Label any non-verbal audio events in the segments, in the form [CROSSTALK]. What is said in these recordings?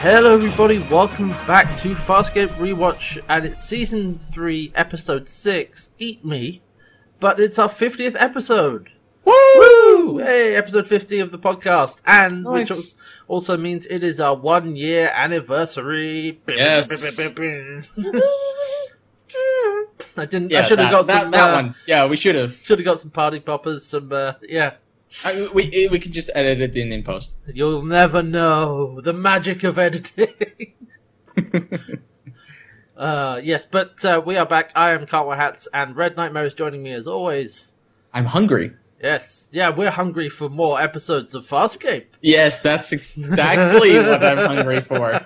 Hello, everybody. Welcome back to Farscape Rewatch, and it's season three, episode six. Eat me, but it's our fiftieth episode. Woo! Hey, episode fifty of the podcast, and which Nice. al- also means it is our one year anniversary. [LAUGHS] Yes. I didn't. Yeah, I should have that, got that, some. that uh, one. Yeah, we should have. Should have got some party poppers. Some uh, yeah. I- We we could just edit it in in post. You'll never know the magic of editing. uh, yes, but uh, we are back. I am Cartwell Hats, and Red Nightmare is joining me as always. I'm hungry. Yes, yeah, we're hungry for more episodes of Farscape. Yes, that's [LAUGHS] exactly what I'm hungry for.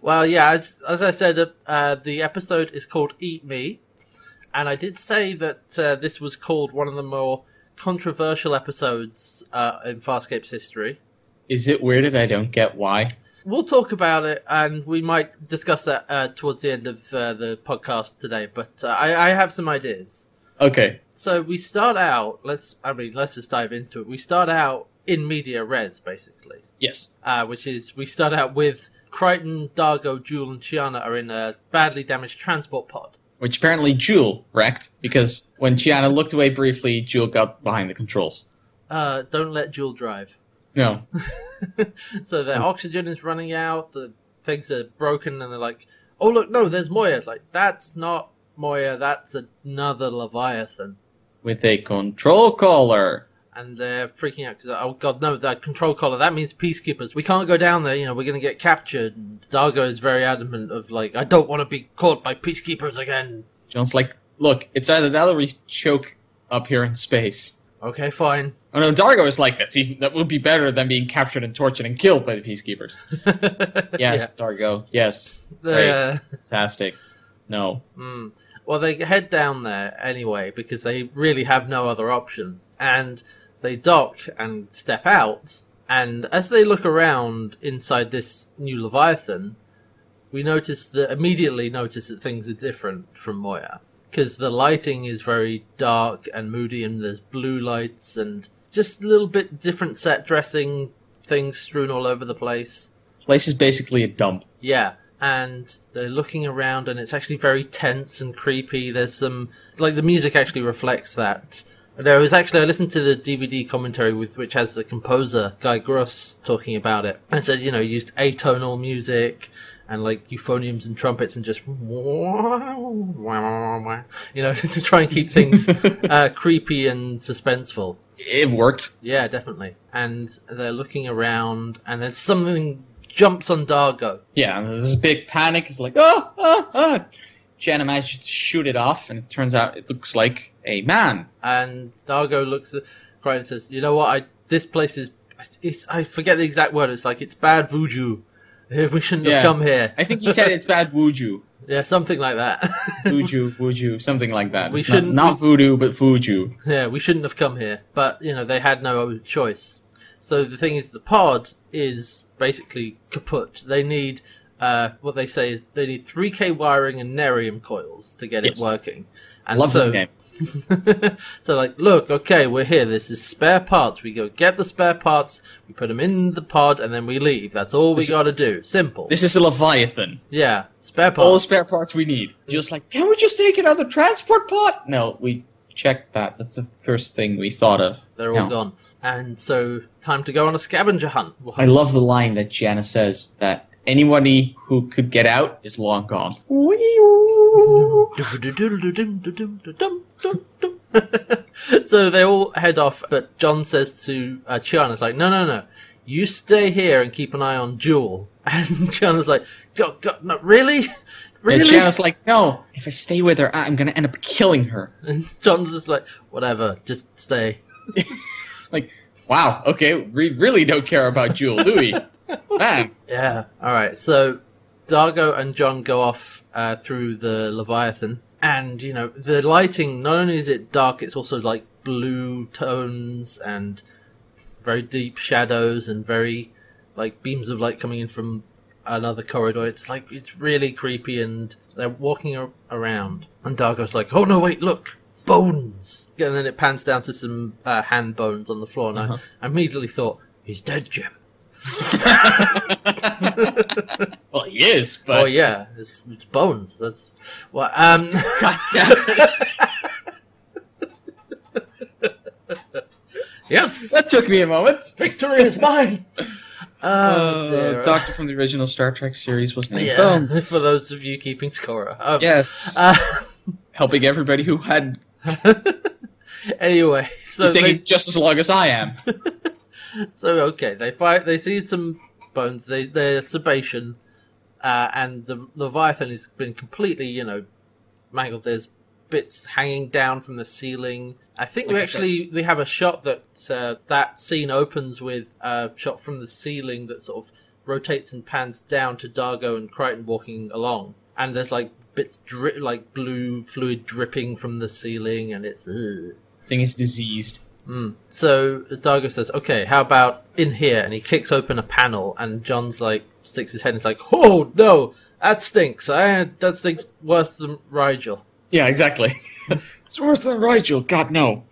Well, yeah, as, as I said, uh, uh, the episode is called Eat Me, and I did say that uh, this was called one of the more controversial episodes uh, in Farscape's history. Is it weird that I don't get why? We'll talk about it, and we might discuss that uh, towards the end of uh, the podcast today. But uh, I, I have some ideas. Okay. So we start out. Let's. I mean, let's just dive into it. We start out in media res, basically, Yes. uh, which is we start out with Crichton, Dargo, Jewel, and Chiana are in a badly damaged transport pod. Which apparently Jewel wrecked because when Chiana looked away briefly, Jewel got behind the controls. Uh, don't let Jewel drive. [LAUGHS] No. so their oxygen is running out. The things are broken, and they're like, "Oh look, no, there's Moya." It's like that's not Moya. That's another Leviathan. With a control collar. and they're freaking out because oh god no that control collar that means peacekeepers we can't go down there you know we're gonna get captured and dargo is very adamant of like i don't want to be caught by peacekeepers again John's like, look, it's either that or we choke up here in space. okay fine [LAUGHS] Oh no, Dargo is like, that's even, that would be better than being captured and tortured and killed by the peacekeepers. [LAUGHS] Yes, Dargo. Yes. Yeah. Great. Uh, Fantastic. No. mm. well they head down there anyway because they really have no other option and they dock and step out and as they look around inside this new leviathan we notice that immediately notice that things are different from Moya because the lighting is very dark and moody, and there's blue lights and just a little bit different set dressing, things strewn all over the place. Place is basically a dump. Yeah, and they're looking around, and it's actually very tense and creepy. There's some like the music actually reflects that. There was actually I listened to the DVD commentary with which has the composer Guy Gross talking about it, and said you know he used atonal music and like euphoniums and trumpets and just you know [LAUGHS] to try and keep things uh, creepy and suspenseful. It worked. Yeah, definitely. And they're looking around, and then something jumps on Dargo. Yeah, and there's a big panic. It's like, oh, oh, oh. Shannon manages to shoot it off, and it turns out it looks like a man. And Dargo looks at Crichton and says, "You know what? I this place is. It's, I forget the exact word. It's like it's bad voodoo. Eh, We shouldn't Yeah. have come here. I think he said it's bad wuju. [LAUGHS] yeah, something like that. Fuju, wuju, something like that. We it's not, shouldn't- not voodoo, but fuju. [LAUGHS] yeah, we shouldn't have come here. But you know, they had no choice. So the thing is, the pod is basically kaput. They need." Uh, what they say is they need 3K wiring and nerium coils to get Yes. it working. And Love so, the name. [LAUGHS] so like, look, okay, we're here. This is spare parts. We go get the spare parts. We put them in the pod, and then we leave. That's all we This- got to do. Simple. This is a Leviathan. yeah, spare parts. All the spare parts we need. Just like, can we just take another transport pot? No, we checked that. That's the first thing we thought of. They're all No. gone. And so, time to go on a scavenger hunt. [LAUGHS] I love the line that Jana says that anybody who could get out is long gone. so they all head off, but John says to uh, Chiana's like, "No, no, no, you stay here and keep an eye on Jewel." [LAUGHS] And Chiana's like, "God, God, no, really, [LAUGHS] really." And Jana's like, no, if I stay with her, I'm going to end up killing her. And [LAUGHS] John's just like, whatever, just stay. Like, wow, okay, we really don't care about Jewel, [LAUGHS] do we? Ah. Man, Yeah. All right. So Dargo and John go off uh, through the Leviathan, and you know the lighting. Not only is it dark, it's also like blue tones and very deep shadows and very like beams of light coming in from another corridor. It's like it's really creepy, and they're walking ar- around, and Dargo's like, "Oh no, wait, look." Bones, and then it pans down to some uh, hand bones on the floor, and I immediately thought, "He's dead, Jim." [LAUGHS] well, he is, but oh yeah, it's, it's bones. That's well. Um, [LAUGHS] [LAUGHS] God damn it. yes, that took me a moment. victory is mine. [LAUGHS] Oh, Uh, dear. doctor from the original Star Trek series was named Yeah, [LAUGHS] Bones. for those of you keeping score. Um, yes, uh, [LAUGHS] helping everybody who had anyway, so was they, taking just as long as [LAUGHS] I am. so okay, they fight. They see some bones. They they're sebation, uh, and the leviathan has been completely you know mangled. There's bits hanging down from the ceiling. I think we Like I said. actually we have a shot that uh, that scene opens with a shot from the ceiling that sort of rotates and pans down to Dargo and Crichton walking along, and there's like bits drip like blue fluid dripping from the ceiling, and it's. Ugh. Thing is diseased. Mm. So Dargo says, "Okay, how about in here?" And he kicks open a panel, and John's like sticks his head and is like, "Oh no, that stinks! I, that stinks worse than Rigel." Yeah, [LAUGHS] exactly. it's worse than Rigel. God no.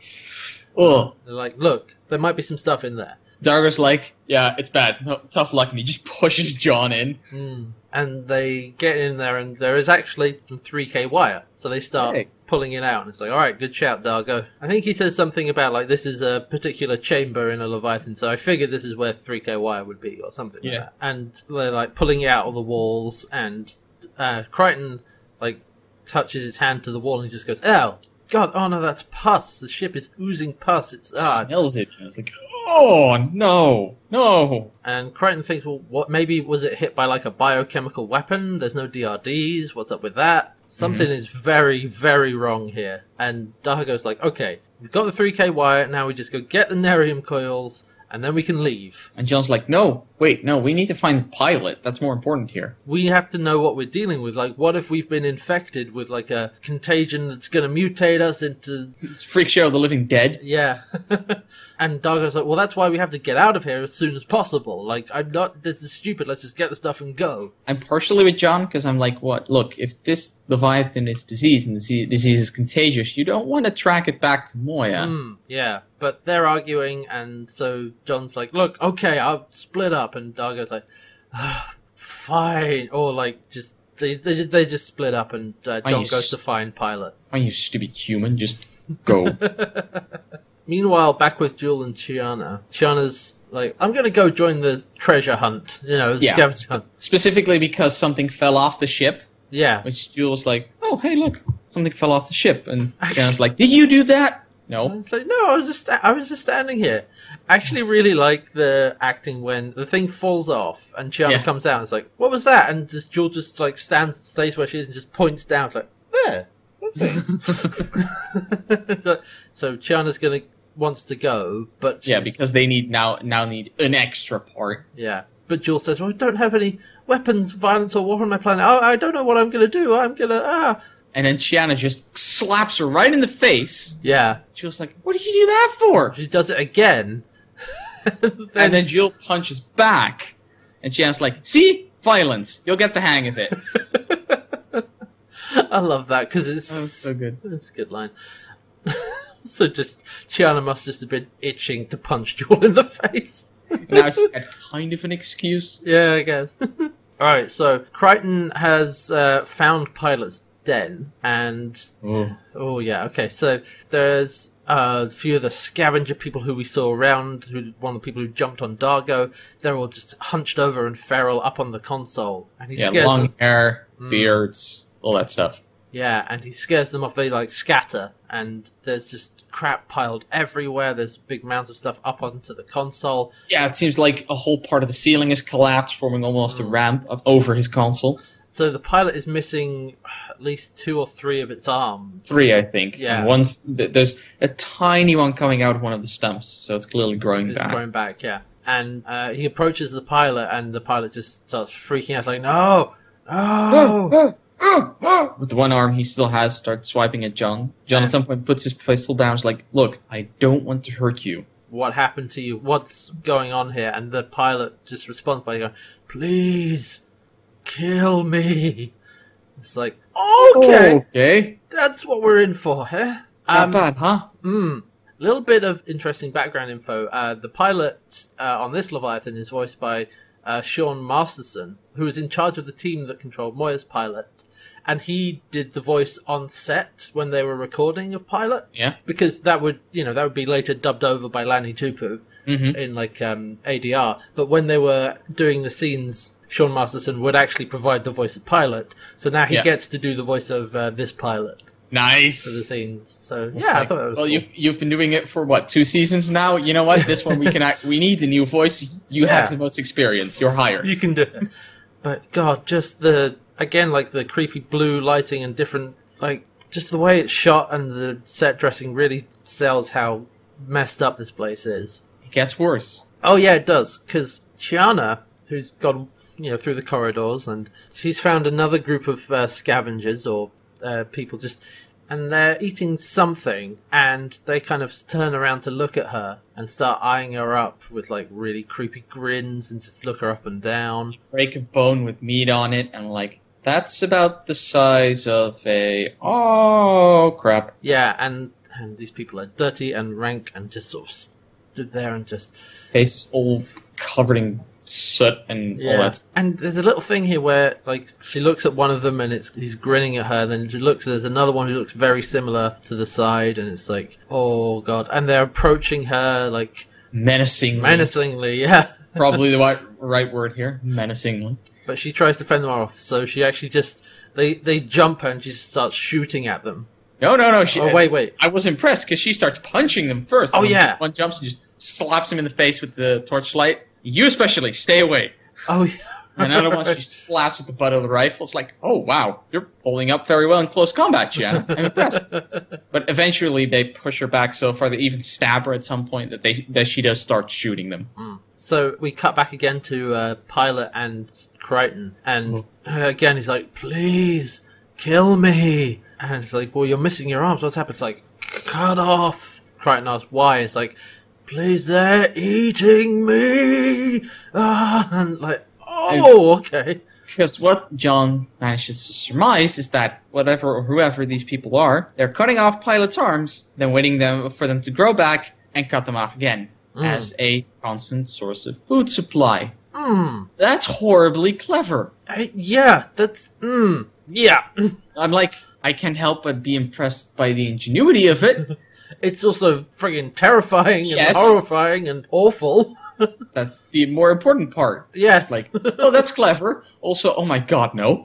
Ugh. They're like, "Look, there might be some stuff in there." Dargo's Oh, like, yeah, it's bad. No, tough luck, and he just [LAUGHS] pushes John in. Mm. And they get in there, and there is actually some 3K wire. So they start Hey. pulling it out, and it's like, "All right, good shout, Dargo." I think he says something about like this is a particular chamber in a Leviathan, so I figured this is where 3K wire would be, or something Yeah. like that. And they're like pulling it out of the walls, and uh, Crichton like touches his hand to the wall, and he just goes, "Ow." God, oh no, that's pus. The ship is oozing pus. It's ah, Smells it. I was like, oh no, no. And Crichton thinks, well, what? Maybe was it hit by like a biochemical weapon? There's no DRDs. What's up with that? Something is very, very wrong here. And Dahago's like, okay, we've got the 3K wire. Now we just go get the nerium coils, and then we can leave. And John's like, no, wait, no, we need to find the pilot. That's more important here. We have to know what we're dealing with. Like, what if we've been infected with like a contagion that's going to mutate us into It's Freak Show of the Living Dead. Yeah. [LAUGHS] and Dargo's like, well, that's why we have to get out of here as soon as possible. Like, I'm not, this is stupid. Let's just get the stuff and go. I'm partially with John because I'm like, what? Look, if this Leviathan is diseased and the se- disease is contagious, you don't want to track it back to Moya. Mm, yeah, but they're arguing, and so John's like, "Look, okay, I'll split up," and Dargo's like, "Ah, "Fine," or like just they they just, they just split up, and uh, Are John you goes s- to find Pilot. Oh, you stupid human, just [LAUGHS] go. Meanwhile, back with Jewel and Chiana. Chiana's like, "I'm gonna go join the treasure hunt," you know, Yeah. scavenger hunt. Specifically because something fell off the ship, Yeah, which Jules like, oh, hey, look, something fell off the ship. And John's like, did you do that? No. It's like, no, I was just sta- I was just standing here. I actually really like the acting when the thing falls off and Chiana Yeah. comes out. and It's like, what was that? And just Jewel just like stands, stays where she is, and just points down. It's like, there. that's it." [LAUGHS] so, so Chiana's gonna wants to go, but Yeah, she's- because they need now now need an extra part. yeah. But Jewel says, "Well, I don't have any weapons, violence, or war on my planet. Oh, I don't know what I'm gonna do. I'm gonna ah And then Chiana just slaps her right in the face. yeah." Jill's like, "What did you do that for?" She does it again. [LAUGHS] And then Jill punches back, and Chiana's like, "See, violence. You'll get the hang of [LAUGHS] it." I love that because it's good. That's a good line. [LAUGHS] so just Chiana must just have been itching to punch [LAUGHS] Jewel in the face. Now it's kind of an excuse. Yeah, I [LAUGHS] guess. All right, so Crichton has uh, found Pilot's den, and Oh. oh yeah, okay. So there's uh, a few of the scavenger people who we saw around. Who one of the people who jumped on Dargo? They're all just hunched over and feral up on the console, and he Yeah, scares them. long hair, Mm. beards, all that stuff. Yeah, and he scares them off. They like scatter, and there's just crap piled everywhere. There's big mounds of stuff up onto the console. Yeah, it seems like a whole part of the ceiling is collapsed, forming almost a Mm. ramp up over his console. So the pilot is missing at least two or three of its arms. Three, I think. Yeah. And one's th- there's a tiny one coming out of one of the stumps, so it's clearly growing It's [GASPS] back. growing back, yeah. And uh, he approaches the pilot, and the pilot just starts freaking out, like, "No, [GASPS] no!" with the one arm he still has, starts swiping at John. John Yeah. at some point puts his pistol down. Is like, "Look, I don't want to hurt you." what happened to you? What's going on here? And the pilot just responds by going, "Please, kill me." It's like, okay. okay, That's what we're in for, huh? not bad, huh? mm, little bit of interesting background info. Uh, the pilot uh, on this Leviathan is voiced by uh, Sean Masterson, who was in charge of the team that controlled Moya's pilot. And he did the voice on set when they were recording of Pilot, Yeah. because that would, you know, that would be later dubbed over by Lanny Tupu Mm-hmm. in like um, ADR. But when they were doing the scenes, Sean Masterson would actually provide the voice of Pilot. So now he Yeah. gets to do the voice of uh, this pilot for the Nice. scenes. So It's yeah, I like, thought that was well, cool. you've you've been doing it for what two seasons now. You know what? This one we [LAUGHS] can act, we need the new voice. You Yeah. have the most experience. You're hired. you can do it. [LAUGHS] But God, just the again, like the creepy blue lighting and different, like just the way it's shot and the set dressing really sells how messed up this place is. It gets worse. Oh yeah, it does. Because Chiana, who's gone, you know, through the corridors, and she's found another group of uh, scavengers or uh, people just, and they're eating something, and they kind of turn around to look at her and start eyeing her up with like really creepy grins and just look her up and down. Break a bone with meat on it, and like that's about the size of a oh crap. Yeah, and and these people are dirty and rank and just sort of stood there and just Face is all covered in soot and all Yeah. that. And there's a little thing here where like she looks at one of them and it's he's grinning at her, then she looks there's another one who looks very similar to the side and it's like, Oh god and they're approaching her like menacingly. menacingly, [LAUGHS] yeah. Probably the right, right word here. Menacingly. But she tries to fend them off, so she actually just they they jump her and she starts shooting at them. No, no, no. She, oh wait, wait. I was impressed because she starts punching them first. Oh, And yeah. One jumps and just slaps him in the face with the torchlight. You especially, stay away. Oh yeah. And another one she slaps with the butt of the rifle. It's like, oh wow, you're holding up very well in close combat, Jan. I'm impressed. but eventually they push her back so far they even stab her at some point that they that she does start shooting them. So we cut back again to uh, Pilot and Crichton, and Mm. uh, again he's like, "Please kill me," and it's like, "Well, you're missing your arms. What's happened?" It's like, "Cut off." Crichton asks, "Why?" It's like, "Please, they're eating me," ah, and like, "Oh, okay." Because what John manages to surmise is that whatever or whoever these people are, they're cutting off Pilot's arms, then waiting them for them to grow back and cut them off again Mm. as a constant source of food supply. Hmm. That's horribly clever. Uh, yeah, that's. Hmm. Yeah. [LAUGHS] I'm like, I can't help but be impressed by the ingenuity of [LAUGHS] it. It's also friggin' terrifying and Yes. horrifying and awful. [LAUGHS] That's the more important part. Yes. Like, oh, that's clever. Also, oh my god, no.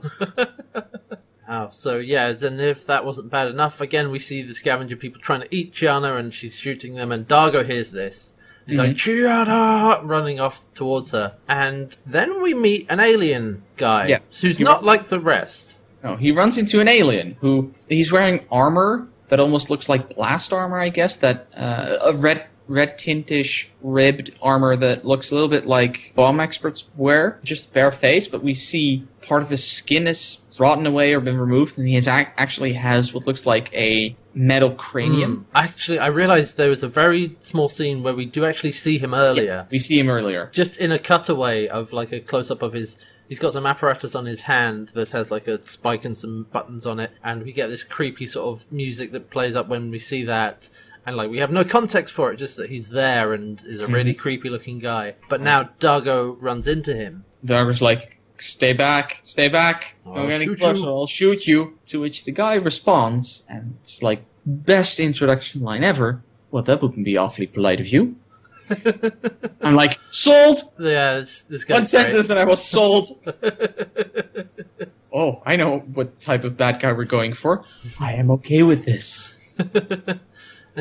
Oh, so yeah, and if that wasn't bad enough, again we see the scavenger people trying to eat Chiana and she's shooting them and Dargo hears this. He's like, Chiana! running off towards her. And then we meet an alien guy Yeah. who's You're not like the rest. No, he runs into an alien who he's wearing armor that almost looks like blast armor, I guess. That uh, a red red tintish ribbed armor that looks a little bit like bomb experts wear, just bare face. But we see part of his skin is rotten away or been removed, and he has ac- actually has what looks like a metal Hmm. cranium. Mm. Actually, I realized there was a very small scene where we do actually see him earlier. We see him earlier. Just in a cutaway of like a close up of his. He's got some apparatus on his hand that has like a spike and some buttons on it, and we get this creepy sort of music that plays up when we see that. And like we have no context for it, just that he's there and is a really creepy looking guy. But now Dargo runs into him. Darger's like, "Stay back, stay back. I'll I'm getting shoot closer. you." I'll shoot you." To which the guy responds, and it's like best introduction line ever. Well, that wouldn't be awfully polite [LAUGHS] of you. I'm like sold. Yeah, this, this One guy's great. sentence, and I [LAUGHS] was sold. oh, I know what type of bad guy we're going for. I am okay with this. and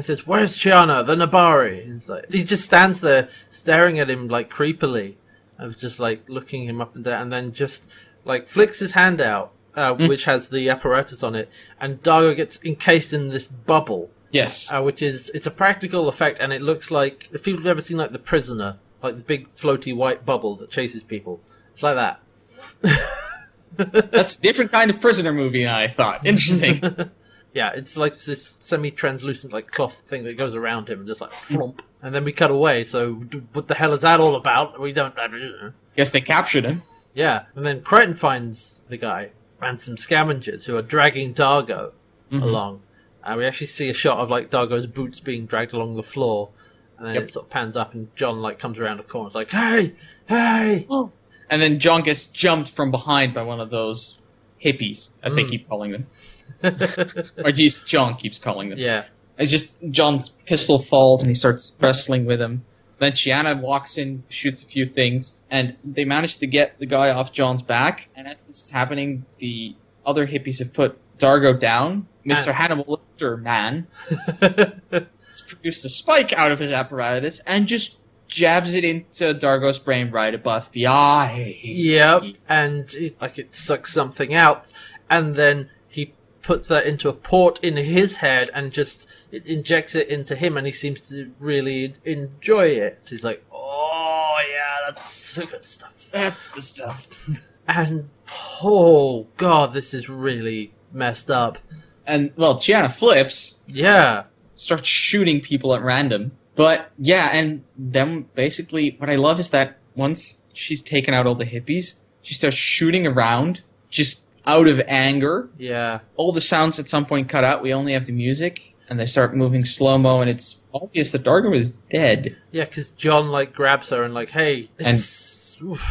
says, "Where's Chiana, the Nabari?" And it's like, he just stands there staring at him like creepily, of just like looking him up and down, and then just like flicks his hand out, uh, which has the apparatus on it, and Dargo gets encased in this bubble, Yes. uh, which is it's a practical effect, and it looks like if people have ever seen like the prisoner, like the big floaty white bubble that chases people, it's like that. That's a different kind of prisoner movie than I thought. Interesting. [LAUGHS] Yeah, it's like this semi-translucent like cloth thing that goes around him and just like flump. And then we cut away. So d- what the hell is that all about? We don't. Guess they captured him. Yeah, and then Crichton Mm-hmm. finds the guy and some scavengers who are dragging Dargo along. Uh, we actually see a shot of like Dargo's boots being dragged along the floor, and then Yep. it sort of pans up, and John like comes around a corner, and is like, "Hey, hey!" [LAUGHS] And then John gets jumped from behind by one of those hippies, as they Mm. keep calling them. Or at least John keeps calling them. yeah, [LAUGHS] It's just John's pistol falls and he starts wrestling with him. Then Chiana walks in, shoots a few things, and they manage to get the guy off John's back. And as this is happening, the other hippies have put Dargo down. Mr. Man. Hannibal Lecter, man, has produced a spike out of his apparatus and just jabs it into Dargo's brain right above the eye. yep. And it, like it sucks something out, and then he puts that into a port in his head, and just it injects it into him, and he seems to really enjoy it. He's like, "Oh yeah, that's so good stuff." That's the stuff. And oh god, this is really messed up. And well, Chiana flips Yeah. starts shooting people at random. But yeah, and then basically what I love is that once she's taken out all the hippies, she starts shooting around just out of anger. Yeah, All the sounds at some point cut out. We only have the music, and they start moving slow mo, and it's obvious that Dargo is dead. yeah, because John like grabs her and like, hey, it's, oof.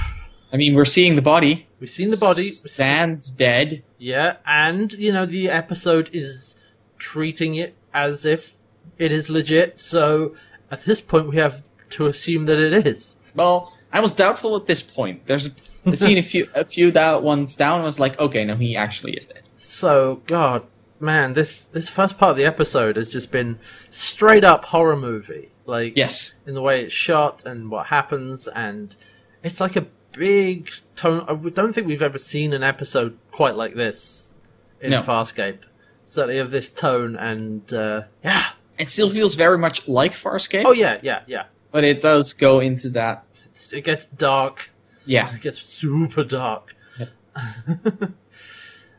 I mean, we're seeing the body. we've seen the body, Sans dead. yeah, and you know the episode is treating it as if it is legit. So at this point, we have to assume that it is. Well, I was doubtful at this point. There's a, the scene a few a few that ones down. I was like, okay, no, he actually is dead. So God, man, this this first part of the episode has just been straight up horror movie. Like, Yes. in the way it's shot and what happens and it's like a big tone i w- don't think we've ever seen an episode quite like this in No. farscape certainly of this tone and uh, yeah It still feels very much like Farscape. oh yeah yeah yeah But it does go into that. it's, it gets dark Yeah. it gets super dark Yep. [LAUGHS]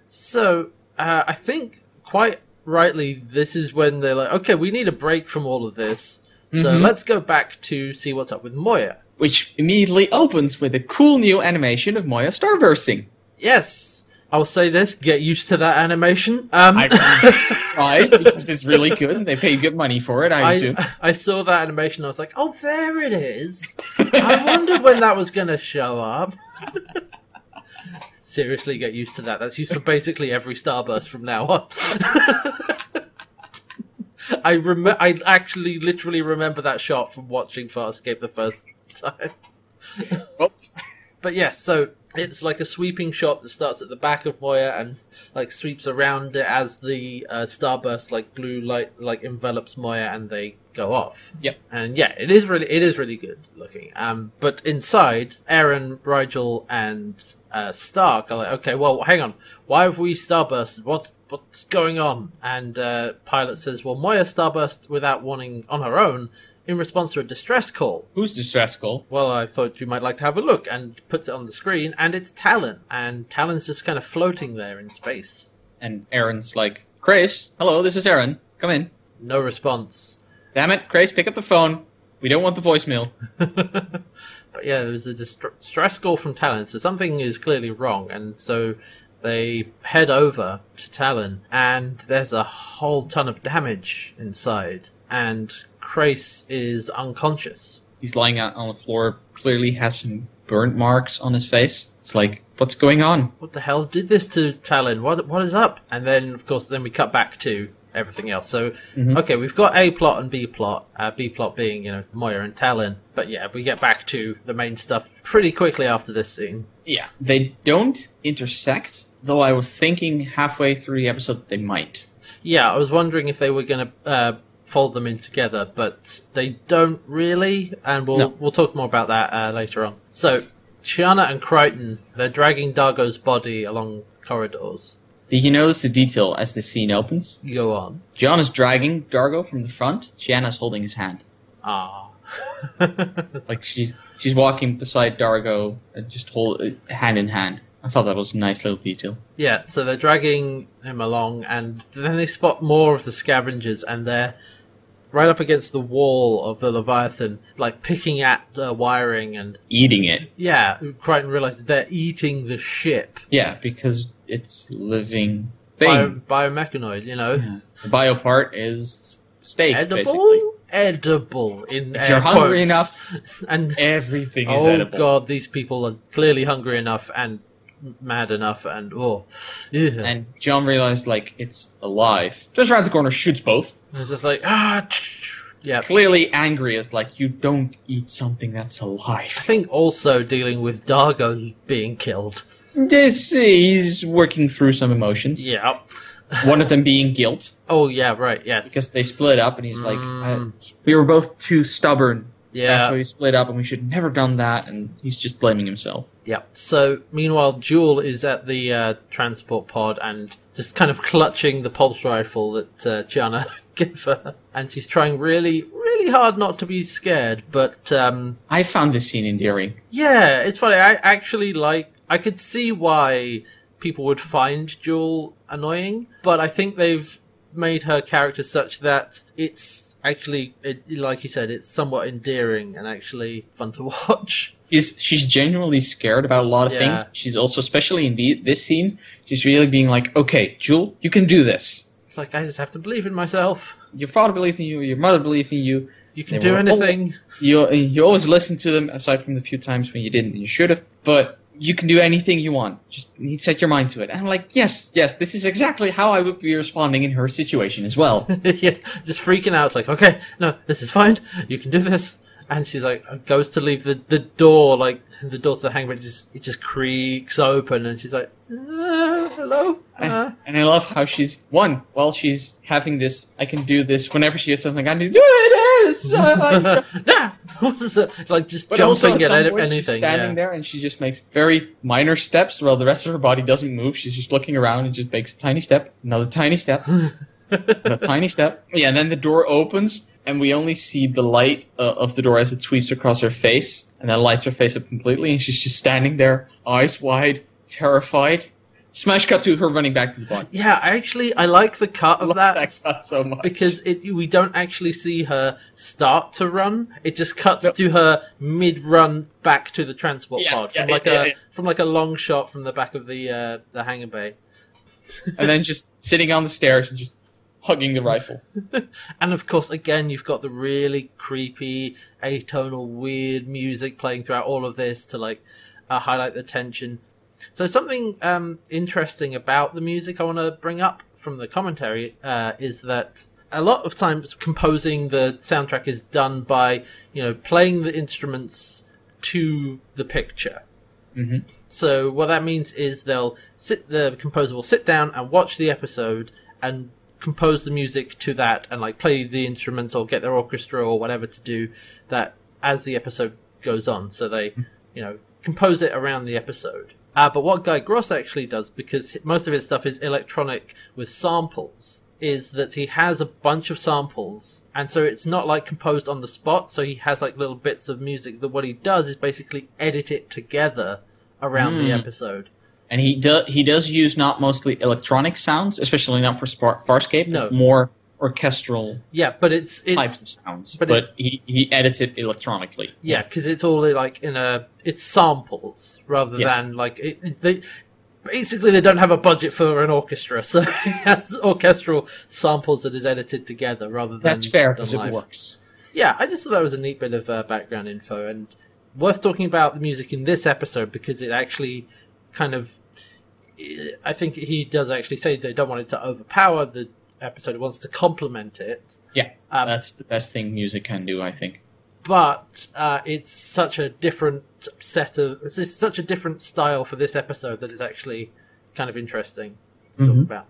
so uh, i think quite rightly this is when they're like okay we need a break from all of this so Mhm. let's go back to see what's up with moya Which immediately opens with a cool new animation of Moya starbursting. Yes, I'll say this: get used to that animation. Um, [LAUGHS] I'm surprised because it's really good and they pay good money for it, I assume. I, I saw that animation. I was like, "Oh, there it is." [LAUGHS] I wondered when that was going to show up. Seriously, get used to that. That's used for basically every starburst from now on. [LAUGHS] I rem- I actually literally remember that shot from watching Farscape the first time. Well. But yes, so it's like a sweeping shot that starts at the back of Moya and like sweeps around it as the uh, starburst like blue light like envelops Moya and they go off. Yep. And yeah, it is really it is really good looking. Um, but inside, Aaron, Rigel, and uh, Stark are like, okay, well, hang on, why have we starbursted? What's what's going on? And uh, Pilot says, well, Moya starburst without warning on her own in response to a distress call. Who's distressful? Well, I thought you might like to have a look, and puts it on the screen, and it's Talon, and Talon's just kind of floating there in space. And Aaron's like, Grace, hello, this is Aaron. Come in. No response. Damn it, Grace, pick up the phone. We don't want the voicemail. But yeah, there was a distr- stress call from Talon, so something is clearly wrong, and so they head over to Talon, and there's a whole ton of damage inside, and Krace is unconscious. He's lying out on the floor, clearly has some burnt marks on his face. It's like, what's going on? What the hell did this to Talon? What what is up? And then, of course, then we cut back to everything else. So, okay, we've got A plot and B plot. Uh, B plot being you know Moya and Talon. But yeah, we get back to the main stuff pretty quickly after this scene. Yeah. They don't intersect, though I was thinking halfway through the episode that they might. Yeah, I was wondering if they were going to uh, fold them in together, but they don't really, and we'll No. we'll talk more about that uh, later on. So, Shiana and Crichton they're dragging Dargo's body along corridors. Did you notice the detail as the scene opens? Go on. John is dragging Dargo from the front. Gianna's holding his hand. Ah. [LAUGHS] Like she's she's walking beside Dargo, uh, just hold uh, hand in hand. I thought that was a nice little detail. Yeah, so they're dragging him along, and then they spot more of the scavengers, and they're right up against the wall of the Leviathan, like picking at uh, wiring, and Eating it. yeah, Crichton realizes they're eating the ship. Yeah, because it's living bio, thing. biomechanoid, you know. The bio part is steak, edible? basically. Edible in If air you're hungry quotes. enough. [LAUGHS] And Everything is oh edible. god, these people are clearly hungry enough and mad enough and oh. Ugh. And John realized, like, it's alive. Turns around the corner, shoots both. it's just like ah tch, yeah. Clearly angry, is like, you don't eat something that's I alive. think also dealing with Dargo being killed. This is working through some emotions. Yeah. One of them being guilt, Oh yeah, right. Yes. because they split up, and he's like, Mm. uh, we were both too stubborn. That's yeah. why we split up, and we should have never done that, and he's just blaming himself. Yeah. So meanwhile, Jewel is at the uh, transport pod and just kind of clutching the pulse rifle that uh, Chiana [LAUGHS] gave her, and she's trying really, really hard not to be scared. But um, I found this scene endearing. yeah, it's funny. I actually like. I could see why people would find Jewel annoying, but I think they've made her character such that it's actually, it, like you said, it's somewhat endearing and actually fun to [LAUGHS] watch. She's she's genuinely scared about a lot of Yeah. things. She's also, especially in the, this scene, she's really being like, "Okay, Jewel, you can do this. It's like I just have to believe in myself. Your father believes in you. Your mother believes in you. You can They do were anything. You you always listen to them, aside from the few times when you didn't. and You should have, but." You can do anything you want. Just you set your mind to it. And I'm like, yes, yes, this is exactly how I would be responding in her situation as well. [LAUGHS] yeah, just freaking out. It's like, okay, no, this is fine. You can do this. And she's like, goes to leave the, the door, like the door to the hangar, but it just it just creaks open, and she's like, uh, hello. Uh, [LAUGHS] And, and I love how she's one while she's having this. I can do this whenever she gets something. I can do this. [LAUGHS] Uh, Ah! What's this? It's like just but also jumping at, at some any- point, anything. she's standing yeah. there and she just makes very minor steps while the rest of her body doesn't move. She's just looking around and just makes a tiny step, another tiny step, and a tiny step. Yeah, and then the door opens and we only see the light uh, of the door as it sweeps across her face and then lights her face up completely. And she's just standing there, eyes wide, terrified. Smash cut to her running back to the body. [LAUGHS] yeah, I actually, I like the cut of love that. that cut so much because it we don't actually see her start to run. It just cuts No. to her mid run back to the transport Yeah, pod yeah, from like yeah, a yeah. from like a long shot from the back of the uh, the hangar bay. [LAUGHS] and then just sitting on the stairs and just hugging the rifle. And of course, again, you've got the really creepy, atonal, weird music playing throughout all of this to like uh, highlight the tension. So something um, interesting about the music I want to bring up from the commentary uh, is that a lot of times composing the soundtrack is done by you know playing the instruments to the picture. Mhm. So what that means is they'll sit the composer will sit down and watch the episode and compose the music to that and like play the instruments or get their orchestra or whatever to do that as the episode goes on. So they you know compose it around the episode. Uh, but what Guy Gross actually does, because h- most of his stuff is electronic with samples, is that he has a bunch of samples, and so it's not like composed on the spot. So he has like little bits of music. That what he does is basically edit it together around the Mm. episode. And he do, he does use not mostly electronic sounds, especially not for Spar- Farscape, No. but more orchestral Yeah, but it's it's types of sounds. but But, it's- he, he edits it electronically. yeah because it's all like in a it's samples rather Yes. than like it, it- they basically they don't have a budget for an orchestra, [LAUGHS] so he has orchestral samples that is edited together rather than That's fair done because it live. works. Yeah, I just thought that was a neat bit of uh, background info and worth talking about the music in this episode because it actually kind of. I think he does actually say they don't want it to overpower the episode, it wants to complement it. Yeah, Um, that's the best thing music can do, I think. but uh, it's such a different set of. It's just such a different style for this episode that it's actually kind of interesting to talk Mhm. about.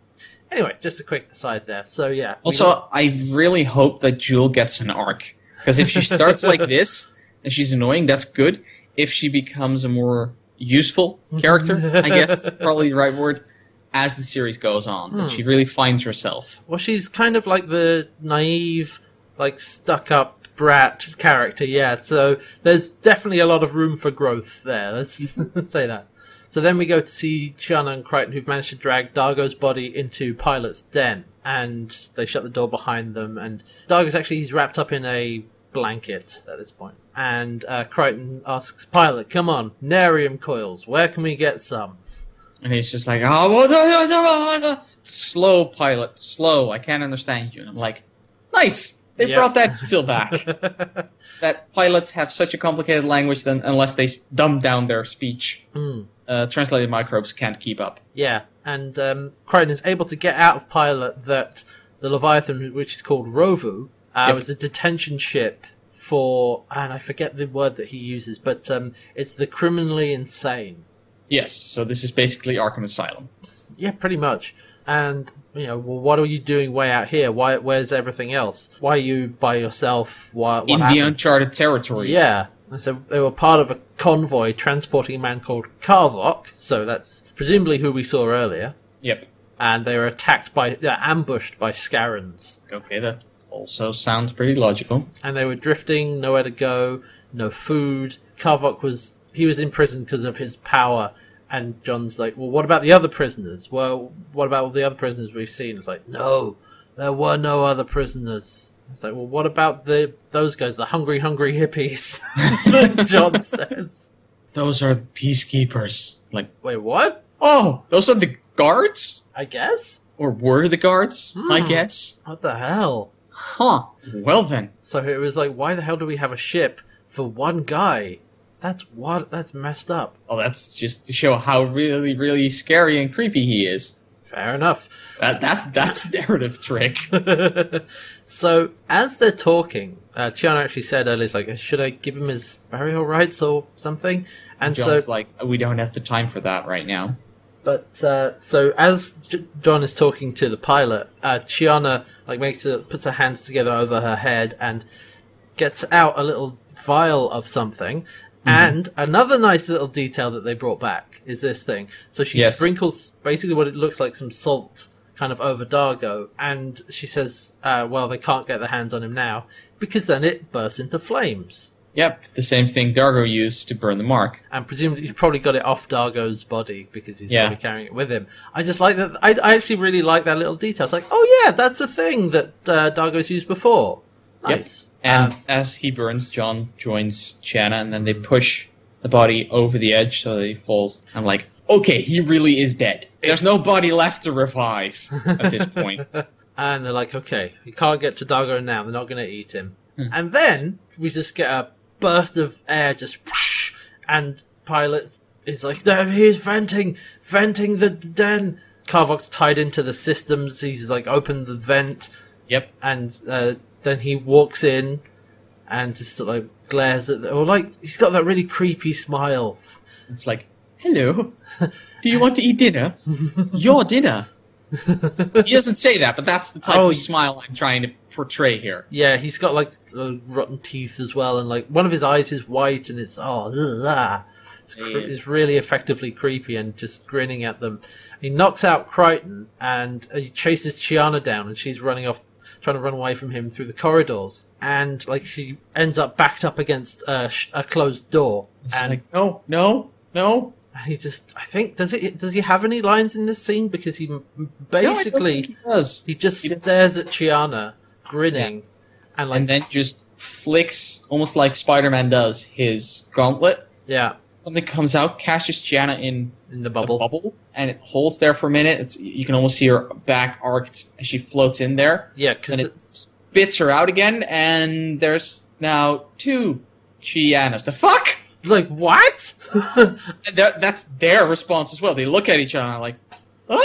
Anyway, just a quick aside there. So, yeah. we got- Also, I really hope that Jewel gets an arc because if she starts [LAUGHS] like this and she's annoying, that's good. If she becomes a more useful character, I guess [LAUGHS] is probably the right word, as the series goes on, and Hmm. she really finds herself. Well, she's kind of like the naive, like stuck up brat character, yeah. So there's definitely a lot of room for growth there. Let's [LAUGHS] say that. So then we go to see Chiana and Crichton, who've managed to drag Dargo's body into Pilot's den, and they shut the door behind them. And Dargo's actually he's wrapped up in a blanket at this point. And uh, Crichton asks Pilot, "Come on, nerium coils. Where can we get some?" And he's just like, oh, what- what- what- what- slow pilot, slow. I can't understand you. And I'm like, nice. They Yeah. brought [LAUGHS] that still back. that pilots have such a complicated language that unless they s- dumb down their speech, Hmm. uh, translated microbes can't keep up. Yeah, and um, Crichton is able to get out of pilot that the Leviathan, which is called Rovu, uh, Yep. was a detention ship for, and I forget the word that he uses, but um, it's the criminally insane. Yes, so this is basically Arkham Asylum. Yeah, pretty much. And you know, well, what are you doing way out here? Why? Where's everything else? Why are you by yourself? Why? What in the happened? uncharted territories. Yeah. And so they were part of a convoy transporting a man called Karvok. So that's presumably who we saw earlier. Yep. and they were attacked by, they're ambushed by Scarans, Okay, that also sounds pretty logical. and they were drifting, nowhere to go, no food. Karvok was he was in prison because of his power, and John's like, well, what about the other prisoners? Well, what about all the other prisoners we've seen? It's like, no, there were no other prisoners. It's like, well, what about the those guys, the hungry, hungry hippies? [LAUGHS] John says, Those are peacekeepers. Like, wait, what? oh, those are the guards? I guess. Or were the guards, I Hmm. guess. What the hell? Huh. Well then. So it was like, why the hell do we have a ship for one guy? That's what. That's messed up. Well, Oh, that's just to show how really, really scary and creepy he is. Fair enough. [LAUGHS] That, that That's a narrative [LAUGHS] trick. so as they're talking, uh, Chiana actually said earlier, it's like, should I give him his burial rights or something? And John's so, like, we don't have the time for that right now. but uh, so as J- John is talking to the pilot, uh, Chiana like makes a, puts her hands together over her head and gets out a little vial of something. And another nice little detail that they brought back is this thing. So she Yes. sprinkles basically what it looks like some salt kind of over Dargo, and she says, uh, "Well, they can't get their hands on him now because then it bursts into flames." Yep, the same thing Dargo used to burn the mark. and presumably he probably got it off Dargo's body because he's Yeah. probably carrying it with him. I just like that. I, I actually really like that little detail. It's like, oh yeah, that's a thing that uh, Dargo's used before. Yep. Nice. And as he burns, John joins Shanna, and then they push the body over the edge so that he falls. I'm like, okay, he really is dead. There's It's- no body left to revive at this point. [LAUGHS] And they're like, okay, you can't get to Dargo now. They're not going to eat him. Hmm. And then we just get a burst of air, just whoosh, and pilot is like, no, he's venting, venting the den. Carvok's tied into the systems. He's like, opened the vent. Yep. and uh, then he walks in and just sort of like glares at the, or like he's got that really creepy smile. It's like, hello, do you want to [LAUGHS] eat dinner? Your dinner. He doesn't say that, but that's the type Oh, y- of smile I'm trying to portray here. Yeah, he's got like uh, rotten teeth as well, and like one of his eyes is white, and it's oh, ugh, ah. it's, cre- Yeah. it's really effectively creepy, and just grinning at them. He knocks out Crichton, and uh, he chases Chiana down, and she's running off, trying to run away from him through the corridors, and like she ends up backed up against a, sh- a closed door, And and like, no, no, no. And he just, I think, does it? Does he have any lines in this scene? Because he m- No, I don't basically think he does. he just He doesn't. stares at Chiana, grinning, and like, and then just flicks, almost like Spider-Man does, his gauntlet yeah, something comes out, catches Gianna in in the a bubble. bubble, and it holds there for a minute. It's, you can almost see her back arced as she floats in there. Yeah, because Then it spits her out again, and there's now two Giannas. The fuck? like what? [LAUGHS] And that, that's their response as well. They look at each other and are like, ah!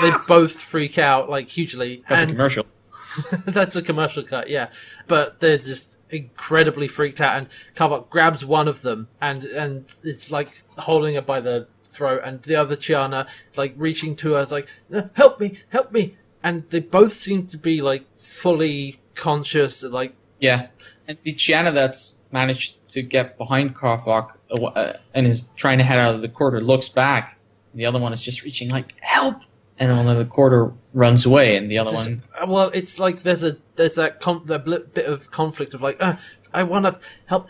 [GASPS] they both freak out like hugely, That's a and commercial. [LAUGHS] that's a commercial cut, yeah. But they're just incredibly freaked out, and Kavok grabs one of them and and it's like holding her by the throat, and the other Chiana like reaching to her, is like "No, help me, help me, and they both seem to be like fully conscious, like Yeah. And the Gianna that's managed to get behind Karthok uh, uh, and is trying to head out of the corridor looks back. The other one is just reaching, like, help! And one of the corridor runs away, and the other It's one just- uh, well, it's like there's a there's that com- that bl- bit of conflict of like uh, I want to help,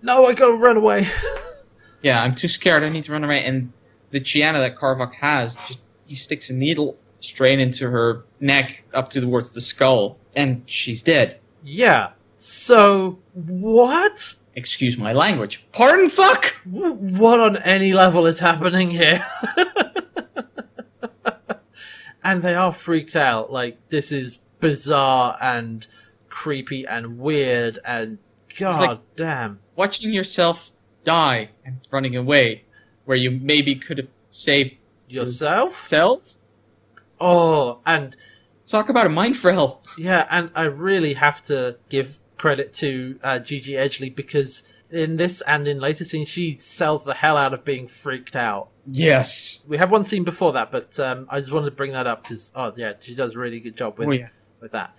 no, I gotta run away. [LAUGHS] Yeah, I'm too scared. I need to run away. And the Chiana that Karvok has, just he sticks a needle straight into her neck up to towards the skull, and she's dead. yeah. So what? Excuse my language. Pardon, fuck. W- what on any level is happening here? and they are freaked out. Like this is bizarre and creepy and weird and god like- damn. Watching yourself die and running away, where you maybe could have saved Yourself? yourself. Oh, and Talk about a mind frail. yeah, and I really have to give credit to uh, Gigi Edgley because in this and in later scenes, she sells the hell out of being freaked out. Yes. We have one scene before that, but um, I just wanted to bring that up because oh yeah, she does a really good job with oh yeah. with that.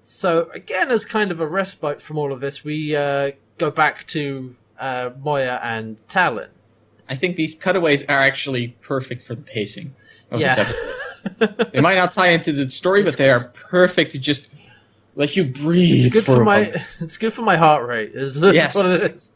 So again, as kind of a respite from all of this, we uh, go back to uh, Moya and Talon. I think these cutaways are actually perfect for the pacing of this yeah, episode. They might not tie into the story, but they are perfect to just let you [LAUGHS] breathe. it's good for, for a my [LAUGHS] moment. it's good for my heart rate. Is Yes. what it is.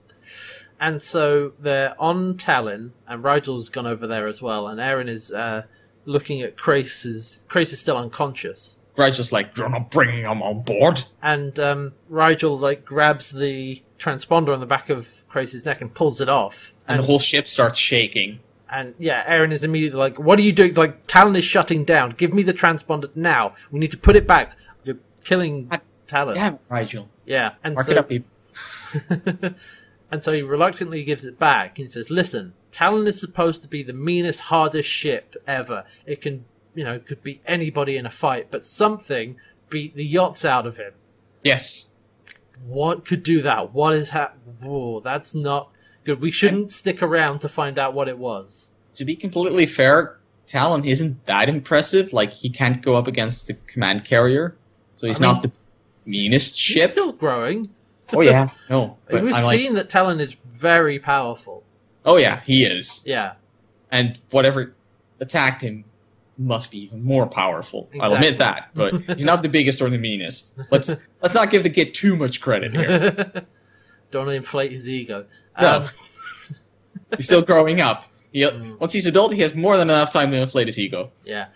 And so they're on Talon, and Rigel's gone over there as well, and Aaron is uh, looking at Crace's. Crace is still unconscious, Gride's just like, you're not bringing them on board. and um, Rigel like grabs the transponder on the back of Crace's neck and pulls it off, And, the whole ship starts shaking. And yeah, Aaron is immediately like, "What are you doing? Like, Talon is shutting down. Give me the transponder now. We need to put it back. You're killing God Talon." Yeah, Damn, Rigel. and Mark so it up, people. [LAUGHS] and so he reluctantly gives it back and says, "Listen, Talon is supposed to be the meanest, hardest ship ever. It can, you know, could beat anybody in a fight, but something beat the yachts out of him. Yes. What could do that? What is hap? Whoa, that's not good. We shouldn't stick around to find out what it was." To be completely fair, Talon isn't that impressive. Like, he can't go up against the command carrier, so he's I mean- not the meanest He's ship. still growing. oh, yeah. No. But We've I'm like, seen that Talon is very powerful. oh, yeah, he is. Yeah, and whatever attacked him must be even more powerful. I'll admit that, but [LAUGHS] he's not the biggest or the meanest. Let's let's not give the kid too much credit here. [LAUGHS] don't want to inflate his ego. No. Um, He's still growing up. He, Mm. once he's adult, he has more than enough time to inflate his ego. yeah.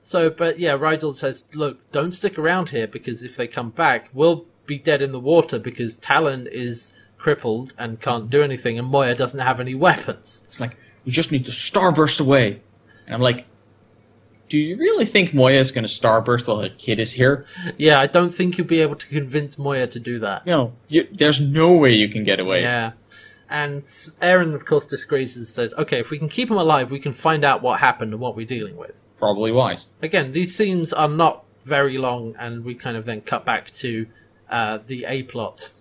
So, but yeah, Rigel says, "Look, don't stick around here because if they come back, we'll be dead in the water because Talon is crippled and can't do anything, and Moya doesn't have any weapons." [LAUGHS] It's like we just need to starburst away, and I'm like, do you really think Moya is going to starburst while the kid is here? Yeah, I don't think you'll be able to convince Moya to do that. No, you, there's no way you can get away. Yeah. And Aaron, of course, disagrees and says, "Okay, if we can keep him alive, we can find out what happened and what we're dealing with." Probably wise. again, these scenes are not very long, and we kind of then cut back to uh, the A plot.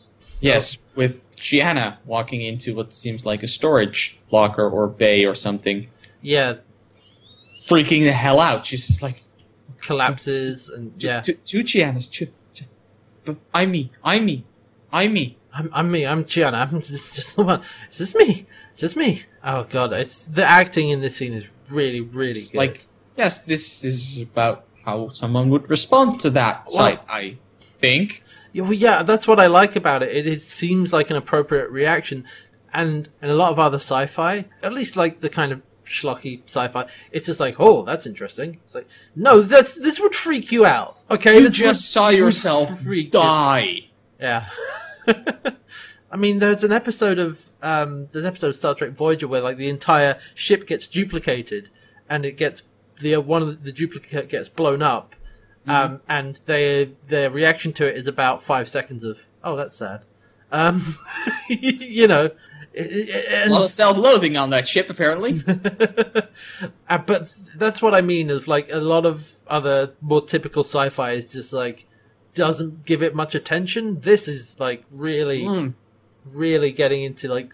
Yes, with Gianna walking into what seems like a storage locker or bay or something, Yeah, freaking the hell out. She's just like, collapses, and "Two- yeah, two two Giannas, two, two- but I'm me, I'm me, I'm me. I'm, I'm me, I'm Gianna, I'm [LAUGHS] just, just the one. It's just me, it's just me. Oh god, it's the acting in this scene is really, really It's good. Like, yes, this is about how someone would respond to that Well- site, I think. yeah, well, yeah, that's what I like about it. It, it seems like an appropriate reaction, and in a lot of other sci-fi, at least like the kind of schlocky sci-fi, it's just like, oh, that's interesting. It's like, no, that's this would freak you out. Okay, You this would- just saw yourself freak you- die. Yeah. [LAUGHS] I mean, there's an episode of um, there's an episode of Star Trek Voyager where like the entire ship gets duplicated, and it gets the uh, one of the duplicate gets blown up, um, and their their reaction to it is about five seconds of oh that's sad, um, [LAUGHS] you know, it, it- it- Hmm. A and lot of self-loathing on that [LAUGHS] ship, apparently. uh, but that's what I mean is like a lot of other more typical sci-fi is just like doesn't give it much attention. This is like really Mm. really getting into like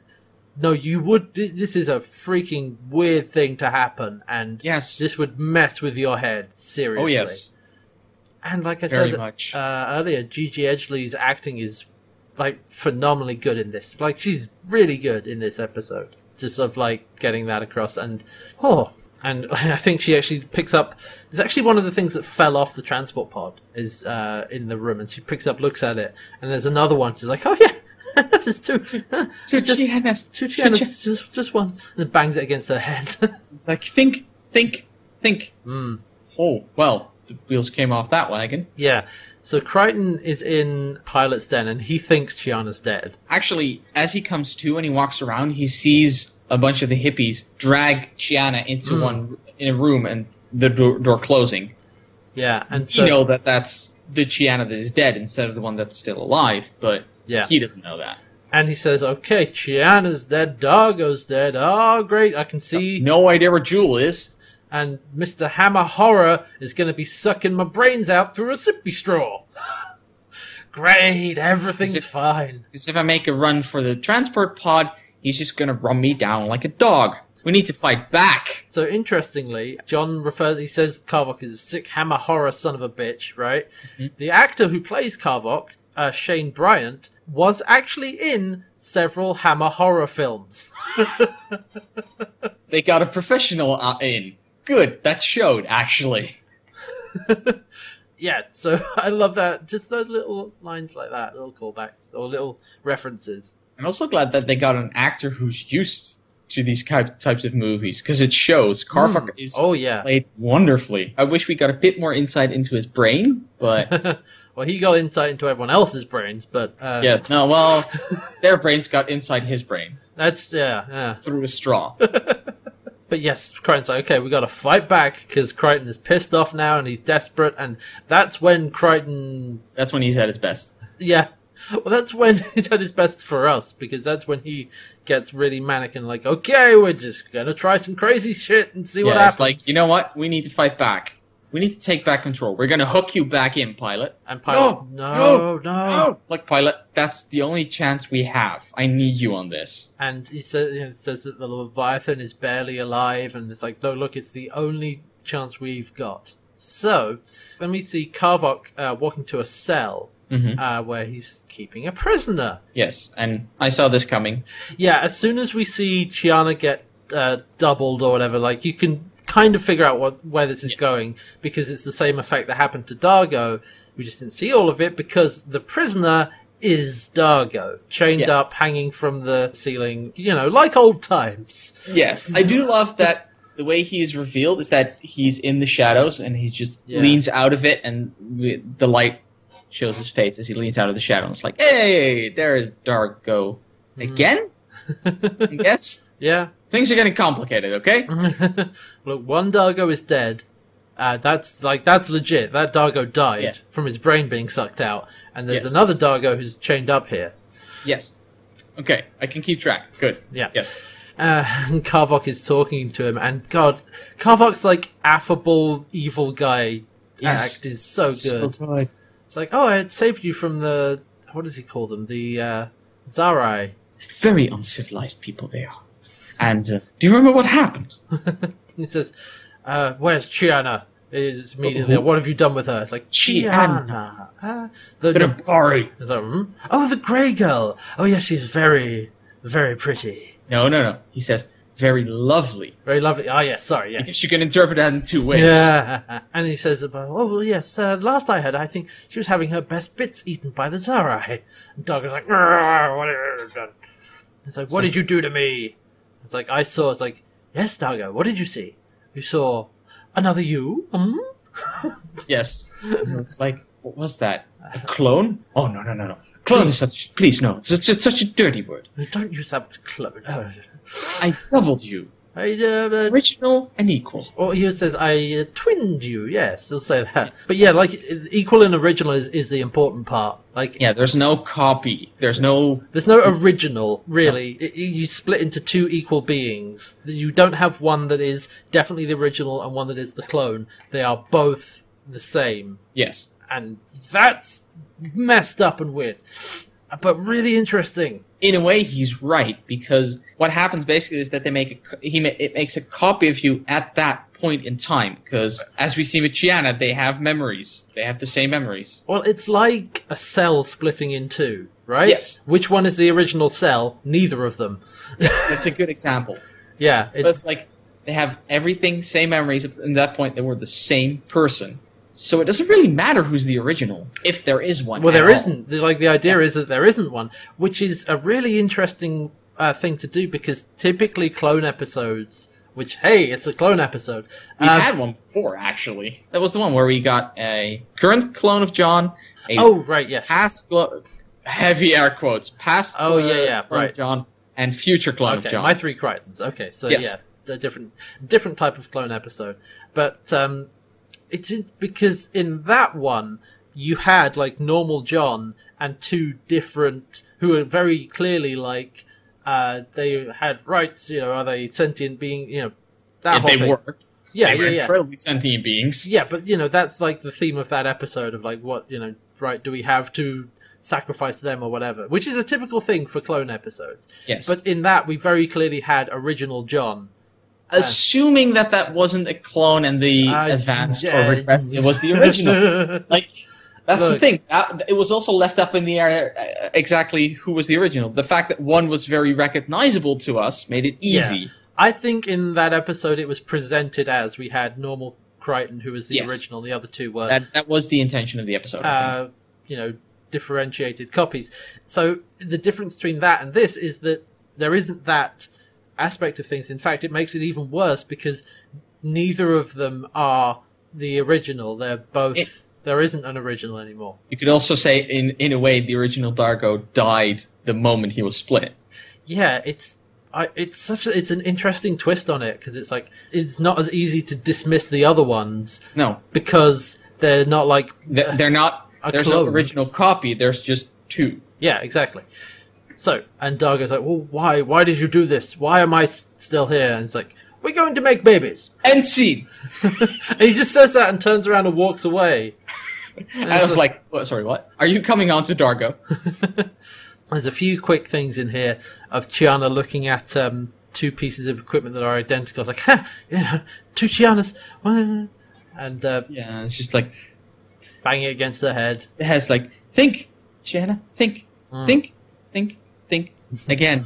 no you would this, this is a freaking weird thing to happen and Yes. this would mess with your head seriously Oh yes, and like i very said much. uh, earlier gigi edgley's acting is like phenomenally good in this like she's really good in this episode just of like getting that across and oh and [LAUGHS] i think she actually picks up there's actually one of the things that fell off the transport pod is uh in the room and she picks up looks at it and there's another one she's like oh yeah [LAUGHS] that is [LAUGHS] too Two just- Giannas, Two two channels, Gian- just just one, and then bangs it against her head. [LAUGHS] It's like think, think, think. mm. Oh well, the wheels came off that wagon. Yeah. So Crichton is in Pilot's Den, and he thinks Chiana's dead. Actually, as he comes to and he walks around, he sees a bunch of the hippies drag Chiana into Mm. one in a room and the door, door closing. Yeah, and You so know that that's the Chiana that is dead instead of the one that's still alive, but yeah, he doesn't know that. and he says, "Okay, Chiana's dead, Dargo's dead. Oh, great! I can see." No idea where Jewel is. And Mister Hammer Horror is going to be sucking my brains out through a sippy straw. [LAUGHS] great, everything's Is it- fine. Because if I make a run for the transport pod, he's just gonna run me down like a dog. We need to fight back. So interestingly, John refers. He says Carvok is a sick hammer horror son of a bitch, right? The actor who plays Carvok, uh, Shane Bryant, was actually in several hammer horror films. They got a professional uh, in. Good, that showed actually. yeah, so [LAUGHS] I love that. Just those little lines like that, little callbacks or little references. I'm also glad that they got an actor who's used to these type, types of movies because it shows Carfuck Mm. is Oh yeah. played wonderfully. I wish we got a bit more insight into his brain, [LAUGHS] but well, he got insight into everyone else's brains, but uh, yeah, no, well, their brains got inside his brain that's yeah, yeah. through a straw. But yes, Crichton's like, okay, we got to fight back because Crichton is pissed off now and he's desperate, and that's when Crichton, That's when he's at his best. yeah, well, that's when [LAUGHS] he's at his best for us because that's when he gets really manic and like, okay, we're just gonna try some crazy shit and see what yeah, happens. it's like you know what? We need to fight back. We need to take back control. We're gonna hook you back in, pilot. and Pilot, No, no, no, Look, pilot, that's the only chance we have. I need you on this. and he says, you know, says that the Leviathan is barely alive, and it's like, no, look, it's the only chance we've got. So, then we see Karvok uh, walking to a cell hmm uh, where he's keeping a prisoner. Yes, and I saw this coming. Yeah, as soon as we see Chiana get uh, doubled or whatever, like you can kind of figure out what where this is Yeah. going because it's the same effect that happened to Dargo. We just didn't see all of it because the prisoner is Dargo, chained Yeah. up, hanging from the ceiling, you know, like old times. Yes, I do love that the way he is revealed is that he's in the shadows and he just Yeah. leans out of it, and we, the light shows his face as he leans out of the shadow. And it's like, hey, there is Dargo Mm-hmm. again. I [LAUGHS] guess Yeah. things are getting complicated. Okay, Look, one Dargo is dead. Uh, that's like that's legit. That Dargo died Yeah. from his brain being sucked out, and there's Yes. another Dargo who's chained up here. Mm-hmm. yes, okay, I can keep track. Good. Yeah. Yes. Uh, [LAUGHS] and Karvok is talking to him, and God, Karvok's like affable evil guy Yes. act is so good. It's like, oh, I had saved you from the what does he call them? The uh, Zarai. Very uncivilized people they are. And uh, do you remember what happened? He says, uh, "Where's Chiana?" It's immediately, Who? what have you done with her? It's like Chiana. Chiana. Uh, the, the, Drabari. it's like, hmm? Oh, the grey girl. Oh, yeah, she's very, very pretty, No, no, no. He says very lovely. very lovely. Oh, yes, sorry, yes. [LAUGHS] Because you can interpret that in two ways. Yeah, and he says about, oh well, yes. Uh, last I heard, I think she was having her best bits eaten by the Zarai. And Dog is like, "Rrrr, what have you done? It's like, what did you do to me? It's like I saw. It's like, yes, Dago, what did you see? You saw another you. Hmm? Yes. And it's like, what was that? A clone? Oh, no, no, no, no. Clone is such. Please, no. It's just, it's such a dirty word. Don't use that word, clone. Oh. I doubled you. I, uh, uh, Original and equal. or he says, I uh, twinned you. Yes, he'll say that. But yeah, like equal and original is, is the important part. Like Yeah, there's no copy. There's no. There's no original, really. I- I- You split into two equal beings. You don't have one that is definitely the original and one that is the clone. They are both the same. Yes. And that's messed up and weird. But really interesting. In a way, he's right because what happens basically is that they make a, co- he ma- it makes a copy of you at that point in time because as we see with Chiana, they have memories. They have the same memories. Well, it's like a cell splitting in two, right? Yes. Which one is the original cell? Neither of them. That's a good example. Yeah, But it's it's like they have everything, same memories. And at that point, they were the same person. So it doesn't really matter who's the original, if there is one. Well, at there all. isn't. Like the idea is that there isn't one, which is a really interesting uh, thing to do because typically clone episodes, which hey, it's a clone episode. We've Uh, had one before, actually. That was the one where we got a current clone of John, a oh right, yes. past clone, heavy air quotes, past Oh, clo- yeah, yeah, clone of right. John, and future clone okay, of John. my three Crichtons. Okay, so Yes. yeah, a different different type of clone episode. But um, it's in, because in that one you had like normal John and two different who were very clearly like uh, they had rights. You know, are they sentient being? You know, that If whole they thing. were. Yeah, they were yeah, yeah. incredibly sentient beings. Yeah, but you know that's like the theme of that episode of like what you know right do we have to sacrifice them or whatever, which is a typical thing for clone episodes. Yes. But in that we very clearly had original John. assuming that that wasn't a clone and the Uh, advanced yeah. or regressed, it was [LAUGHS] the original. like that's the Look. thing. That, it was also left up in the air uh, exactly who was the original. The fact that one was very recognizable to us made it Yeah. easy. I think in that episode it was presented as we had normal Crichton who was the Yes. original, the other two were That that was the intention of the episode. I think. uh, you know differentiated copies. So the difference between that and this is that there isn't that aspect of things. In fact, it makes it even worse because neither of them are the original. They're both. It- there isn't an original anymore. You could also say, in in a way, the original Dargo died the moment he was split. Yeah, it's. I, it's such a, it's an interesting twist on it because it's like it's not as easy to dismiss the other ones No, because they're not like they're, they're not. Uh, A There's no clone. original copy. There's just two. Yeah, exactly. So, and Dargo's like, well, why? Why did you do this? Why am I s- still here? And it's like, we're going to make babies. [LAUGHS] End scene. And he just says that and turns around and walks away. And I was like, what, sorry, what? Are you coming on to Dargo? There's a few quick things in here of Chiana looking at um, two pieces of equipment that are identical. It's like, [LAUGHS] ha, you know, two Chianas. [LAUGHS] wah," And uh, Yeah, it's just like banging it against her head. it has like think, Shanna, think, think, think, think. Again,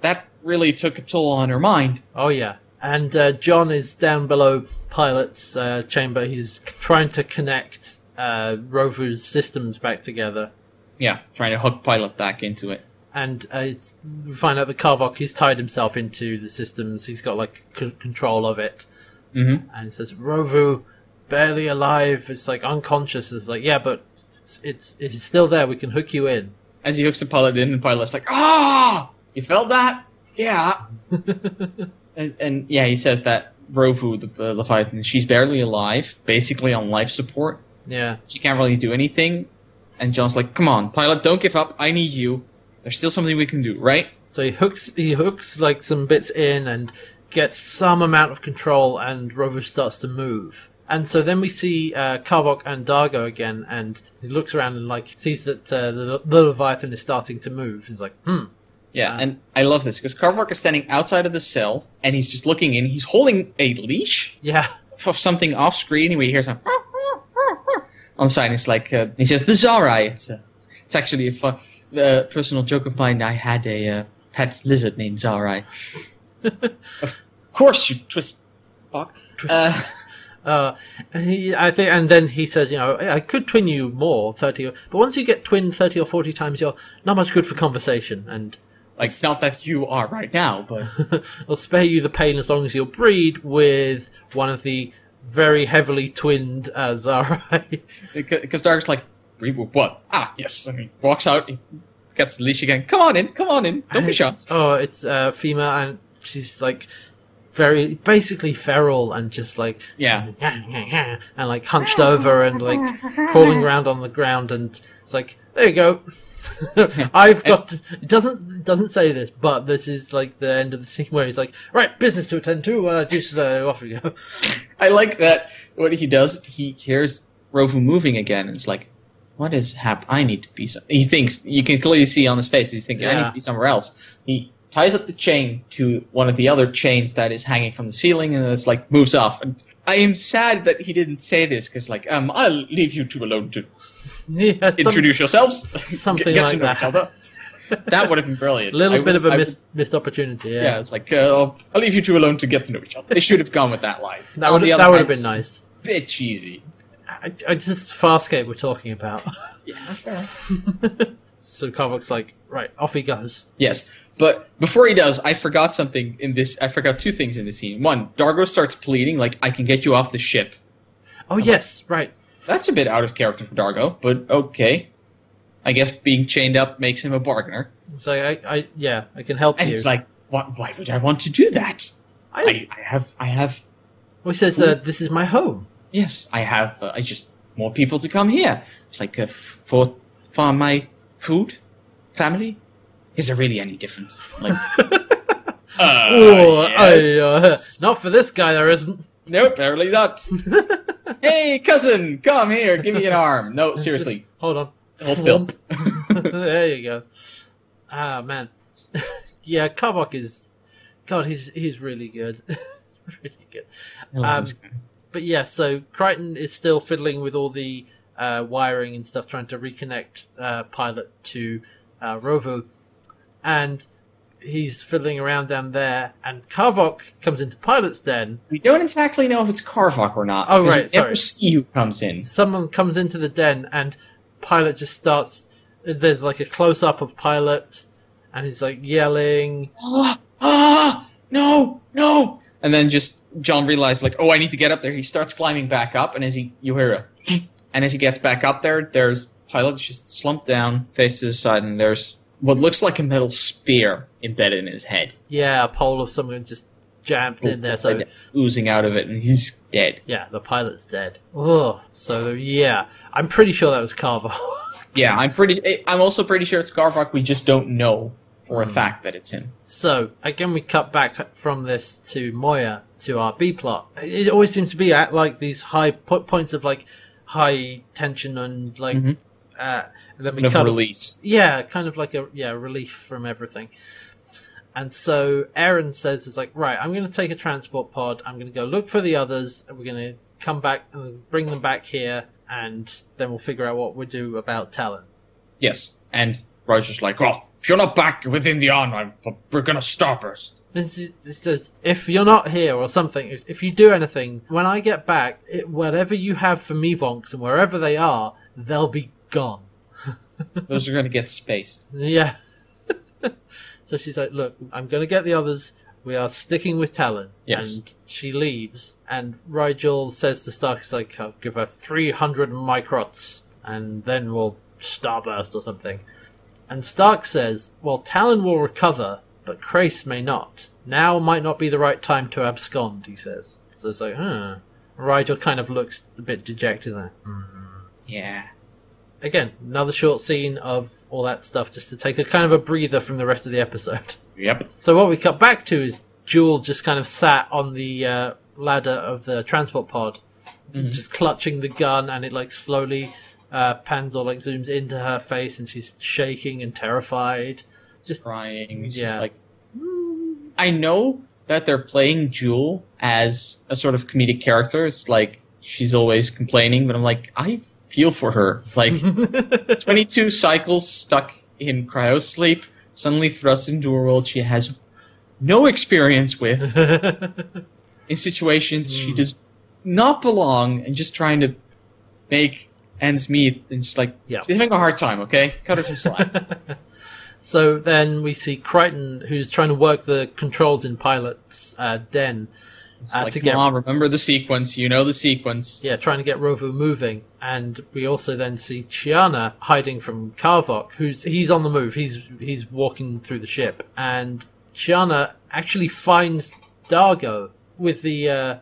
that really took a toll on her mind. Oh yeah, and uh, John is down below pilot's uh, chamber. He's trying to connect uh, Rovu's systems back together, Yeah, trying to hook Pilot back into it. and uh, it's, we find out that Karvok he's tied himself into the systems. He's got like c- control of it, Mhm. and it says Rovu barely alive. It's like unconscious. It's like yeah, but it's it's, it's still there. We can hook you in. [LAUGHS] As he hooks the pilot in, and Pilot's like, "Ah, you felt that? Yeah." and, and yeah, he says that Rovu, the uh, Leviathan, she's barely alive, basically on life support. Yeah, She can't really do anything. And John's like, "Come on, Pilot, don't give up. I need you. There's still something we can do, right?" So he hooks he hooks like some bits in and gets some amount of control, and Rover starts to move. And so then we see uh, Karvok and Dargo again, and he looks around and like sees that uh, the, the Leviathan is starting to move. He's like, "Hmm, Yeah, Uh, and I love this because Carvark is standing outside of the cell and he's just looking in. He's holding a leash yeah, [LAUGHS] of something off screen. Anyway, he hears a [LAUGHS] on the side. and He's like, uh, he says, "This is all right." It's, uh, it's actually a fun, uh, personal joke of mine. I had a uh, pet lizard named Zarai. of course, you twist. Fuck. Uh, Uh, and he, I think, and then he says, you know, I could twin you more, thirty, or, but once you get twinned thirty or forty times, you're not much good for conversation, and like, not that you are right now, but I'll spare you the pain as long as you'll breed with one of the very heavily twinned uh, [LAUGHS] Zarai. Because Dark's like, "Read with what? Ah, yes. I mean, walks out, he gets the leash again. Come on in, come on in. Don't And be shy. it's- Oh, it's uh, female, and she's like very basically feral and just like Yeah. [LAUGHS] and like hunched over and like [LAUGHS] crawling around on the ground, and it's like there you go. [LAUGHS] I've got. It doesn't doesn't say this, but this is like the end of the scene where he's like, right, business to attend to. Uh, juices uh, off you [LAUGHS] go. I like that what he does, he hears Rovu moving again, and it's like, what is hap? I need to be some. He thinks, you can clearly see on his face, he's thinking, I need Yeah. to be somewhere else. He ties up the chain to one of the other chains that is hanging from the ceiling, and it's like, moves off. And I am sad that he didn't say this, because, like, um, I'll leave you two alone to yeah, some- introduce yourselves. something get, get like to know that. each other. That would have been brilliant. A little I bit would- of a I missed, would- missed opportunity. Yeah, yeah, it's like uh, I'll, I'll leave you two alone to get to know each other. They should have gone with that line. that On would the that other would have been hand, it's nice. a Bit cheesy. I, I just Farscape we're talking about. [LAUGHS] so Carvock's like, right, off he goes. Yes, but before he does, I forgot something in this. I forgot two things in this scene. One, Dargo starts pleading like, "I can get you off the ship." Oh yes, right. That's a bit out of character for Dargo, but okay. I guess being chained up makes him a bargainer. So I, I yeah, I can help And you. it's like, why, why would I want to do that? I, I have, I have, Well, he says, uh, "This is my home." [LAUGHS] yes, I have. Uh, I just more people to come here, like uh, f- for for my food, family. Is there really any difference? [LAUGHS] Like, uh, Oh, I, uh, Oh, yes. [LAUGHS] not for this guy, there isn't. [LAUGHS] Nope, apparently not. [LAUGHS] hey, cousin, come here, give me an arm. No, seriously, Just hold on. hold still. [LAUGHS] [LAUGHS] there you go. Ah man, [LAUGHS] yeah, Kavok is, God, he's he's really good, [LAUGHS] really good. Oh, Um, But yeah, so Crichton is still fiddling with all the uh, wiring and stuff, trying to reconnect uh, Pilot to uh, Rovo, and he's fiddling around down there. And Kavok comes into Pilot's den. we don't exactly know if it's Carvok or not. Oh, 'cause right, we never sorry. see who comes in. Someone comes into the den, and Pilot just starts. There's like a close up of Pilot, and he's like yelling. ah, ah, no, no. And then just John realized, like, oh, I need to get up there. He starts climbing back up, and as he, you hear a, [LAUGHS] and as he gets back up there, there's Pilot just slumped down, face to the side, and there's what looks like a metal spear embedded in his head, Yeah, a pole of someone just jammed in Oh, there. So oozing out of it, and he's dead. yeah, the pilot's dead. Oh, so yeah, I'm pretty sure that was Carver. [LAUGHS] Yeah, I'm pretty. eh, I'm also pretty sure it's Garvok. We just don't know for Hmm. a fact that it's him. so again, we cut back from this to Moya to our B plot. It always seems to be at like these high po- points of like high tension and like, Mhm. uh, and then we Of cut release. yeah, kind of like a yeah relief from everything. And so Aaron says, "Is like right. I'm going to take a transport pod. I'm going to go look for the others. And we're going to come back and bring them back here, and then we'll figure out what we do about Talon." Yes, and Roger's like, "Oh, if you're not back within the hour, I'm, we're gonna [LAUGHS] starburst." This is, it says, "If you're not here or something, if- if you do anything, when I get back, it, whatever you have for me, Vonks, and wherever they are, they'll be gone." Those are gonna get spaced. Yeah. [LAUGHS] so she's like, "Look, I'm going to get the others. We are sticking with Talon." Yes. And she leaves, and Rigel says to Stark, "He's like, I'll give her 300 microts, and then we'll starburst or something." And Stark says, "Well, Talon will recover, but Krace may not. Now might not be the right time to abscond." He says. So it's like, "Huh." Rigel kind of looks a bit dejected. Like, Yeah. again, another short scene of all that stuff just to take a kind of a breather from the rest of the episode. [LAUGHS] Yep. So what we cut back to is Jewel just kind of sat on the uh, ladder of the transport pod, just clutching the gun, and it like slowly uh, pans or like zooms into her face, and she's shaking and terrified. [LAUGHS] Just Crying. It's Yeah. Just like, "Mm." I know that they're playing Jewel as a sort of comedic character. It's like she's always complaining, but I'm like, I feel for her. Like, 22 cycles stuck in cryo sleep, suddenly thrust into a world she has no experience with, [LAUGHS] in situations she Hmm. does not belong, and just trying to make ends meet, and just like, Yeah. she's having a hard time, okay? Cut her [LAUGHS] some slack. So then we see Crichton, who's trying to work the controls in Pilot's uh, den, It's Uh, like, to get- Mom, remember the sequence. You know the sequence. yeah, trying to get Rovu moving. And we also then see Chiana hiding from Karvok, who's he's on the move. He's he's walking through the ship, and Chiana actually finds Dargo with the uh,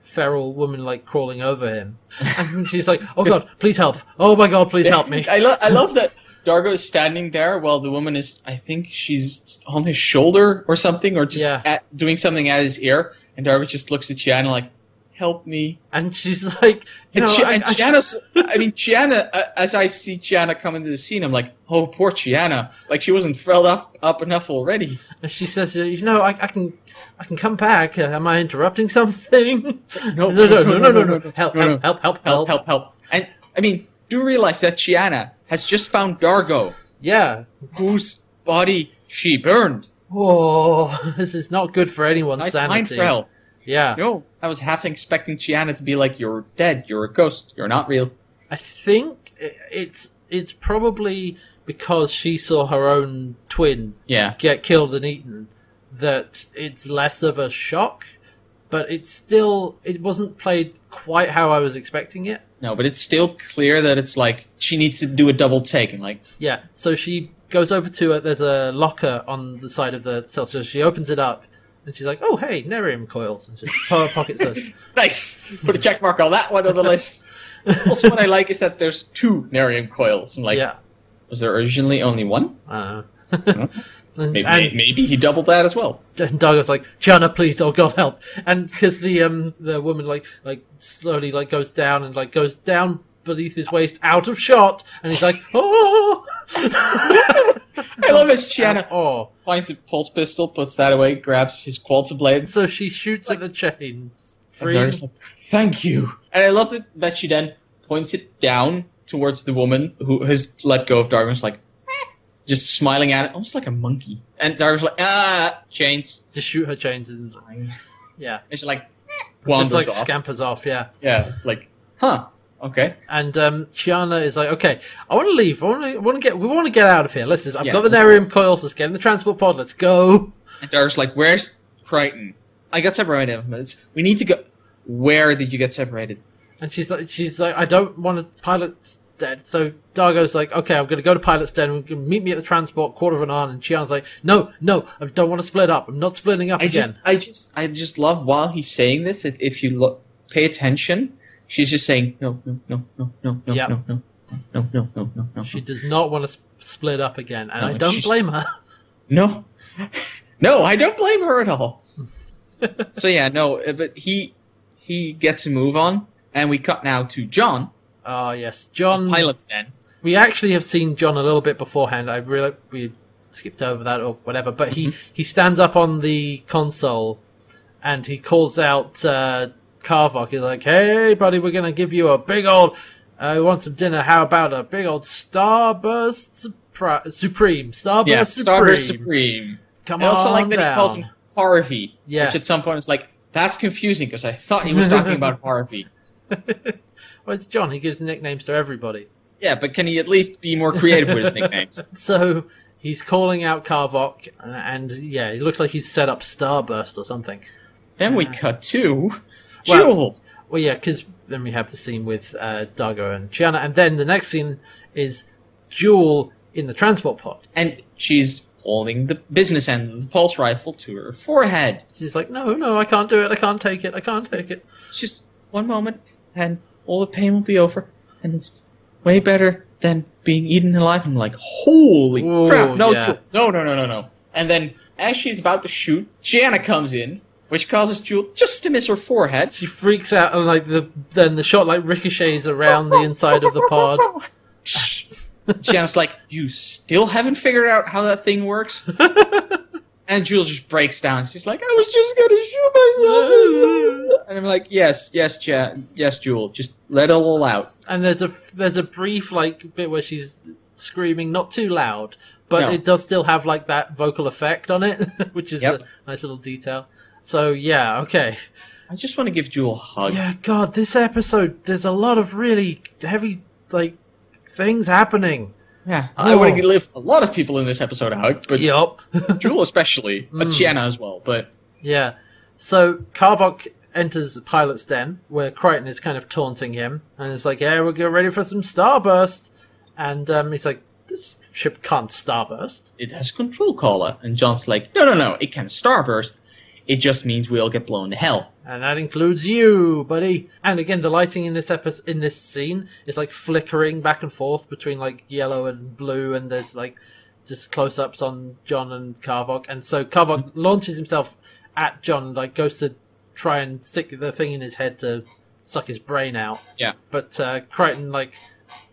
feral woman like crawling over him, and she's like, "Oh God, please help! Oh my God, please help me!" [LAUGHS] I, lo- I love that Dargo is standing there while the woman is, I think she's on his shoulder or something, or just Yeah. at, doing something at his ear. And Dargo just looks at Gianna like, help me. And she's like, you And, know, Chi- I- and I- [LAUGHS] Gianna's, I mean, Gianna, uh, as I see Gianna come into the scene, I'm like, oh, poor Gianna. Like, she wasn't frilled up, up enough already. and she says, "You know, I, I can, I can come back. Uh, am I interrupting something?" [LAUGHS] No, no, no, no, no, no, no, no. no, Help, no, help, no. help, help, Help, help, help. And, I mean, do realize that Gianna has just found Dargo, Yeah, whose body she burned. Whoa, [LAUGHS] this is not good for anyone's Nice mind sanity. frail. Yeah. No, I was half expecting Gianna to be like, "You're dead. You're a ghost. You're not real." I think i- it's it's probably because she saw her own twin Yeah, get killed and eaten that it's less of a shock, but it's still it wasn't played quite how I was expecting it. no, but it's still clear that it's like she needs to do a double take and like, Yeah. So she goes over to a, there's a locker on the side of the cell, so she opens it up And she's like, "Oh, hey, Nerium coils." And she her pocket [LAUGHS] says, Nice. Put a check mark on that one on the list. also, what I like is that there's two Narium coils. I'm like, "Yeah, was there originally only one? uh, [LAUGHS] No. and, Maybe, and, maybe he doubled that as well. and Dargo's like, "Jana, please, oh God, help!" And because the um the woman like like slowly like goes down and like goes down beneath his waist, out of shot, and he's like, [LAUGHS] "Oh, I love his Chiana oh!" finds a pulse pistol, puts that away, grabs his Qualta blade. So she shoots at the chains. and Free. Dark's like, Thank you. And I love that, that she then points it down towards the woman who has let go of Darwin's like [LAUGHS] "Eh," just smiling at it, almost like a monkey. And Darwin's like, ah, chains. Just shoot her chains and yeah, And she's like, "Eh," just wanders like off. scampers off. Yeah. yeah, it's like, huh, okay. And um, Chiana is like, okay, I want to leave. I want to, want to get. We want to get out of here. Let's just. I've Yeah, got the let's- Nerium coils. Let's get in the transport pod. Let's go. And Darwin's like, where's Crichton? I got separated. but It's, we need to go. Where did you get separated? And she's like, she's like, I don't want to pilot's dead. So Dargo's like, okay, I'm going to go to pilot's den. and you can Meet me at the transport quarter of an hour. And Chiana's like, no, no, I don't want to split up. I'm not splitting up I again. just, I just, I just love while he's saying this. If, if you look, pay attention, she's just saying no, no, no, no, no, no, Yeah. no, no, no, no, no, no, no, she does not want to sp- split up again, and No, I and don't she's- blame her. [LAUGHS] no, [LAUGHS] no. I don't blame her at all. [LAUGHS] so yeah, no, uh, but he he gets a move on, and we cut now to John, Oh yes, John. pilot's den. we actually have seen John a little bit beforehand. I really we skipped over that or whatever, but he Mm-hmm. he stands up on the console and he calls out uh, Carvok. He's like, "Hey, buddy, we're gonna give you a big old. I want some dinner. How about a big old Starburst Supri- Supreme? Starburst Yeah, Supreme. Starburst Supreme. Come I on also like that down. he calls him Harvey, Yeah. which at some point is like that's confusing because I thought he was talking [LAUGHS] about Harvey. [LAUGHS] Well, it's John. He gives nicknames to everybody. Yeah, but can he at least be more creative with his [LAUGHS] nicknames? So he's calling out Carvok, uh, and yeah, it looks like he's set up Starburst or something. Then we cut to Well- Jewel. Well, yeah, because then we have the scene with uh, Dago and Chiana, and then the next scene is Jewel in the transport pod. And she's holding the business end of the pulse rifle to her forehead. She's like, "No, no, I can't do it. I can't take it. I can't take it." It's just one moment, and all the pain will be over, and it's way better than being eaten alive. And like, holy Ooh, crap! No, yeah. Jewel- no, no, no, no, no. And then as she's about to shoot, Jana comes in, which causes Jewel just to miss her forehead. She freaks out, and like the then the shot like ricochets around the inside of the pod. [LAUGHS] Jana's like, "You still haven't figured out how that thing works." and Jules just breaks down. She's like, "I was just gonna shoot myself," and I'm like, "Yes, yes, ja- yes, Jewel, just let it all out." And there's a there's a brief like bit where she's screaming, not too loud, but No. it does still have like that vocal effect on it, [LAUGHS] which is Yep. a nice little detail. So yeah, okay. I just want to give Jewel a hug. Yeah, God, this episode, there's a lot of really heavy, like, things happening. Yeah. I Oh. want to give a lot of people in this episode a hug, but Yup. [LAUGHS] Jewel especially, but Jana as well. But [LAUGHS] yeah. So, Karvok enters the pilot's den, where Crichton is kind of taunting him, and it's like, yeah, we'll get ready for some starburst. And um, he's like, this ship can't starburst. it has control collar, and John's like, "No, no, no, it can starburst. It just means we all get blown to hell." And that includes you, buddy. And again, the lighting in this episode, in this scene, is like flickering back and forth between like yellow and blue, and there's like just close-ups on John and Carvok. And so Carvok launches himself at John, like goes to try and stick the thing in his head to suck his brain out. Yeah. But uh, Crichton like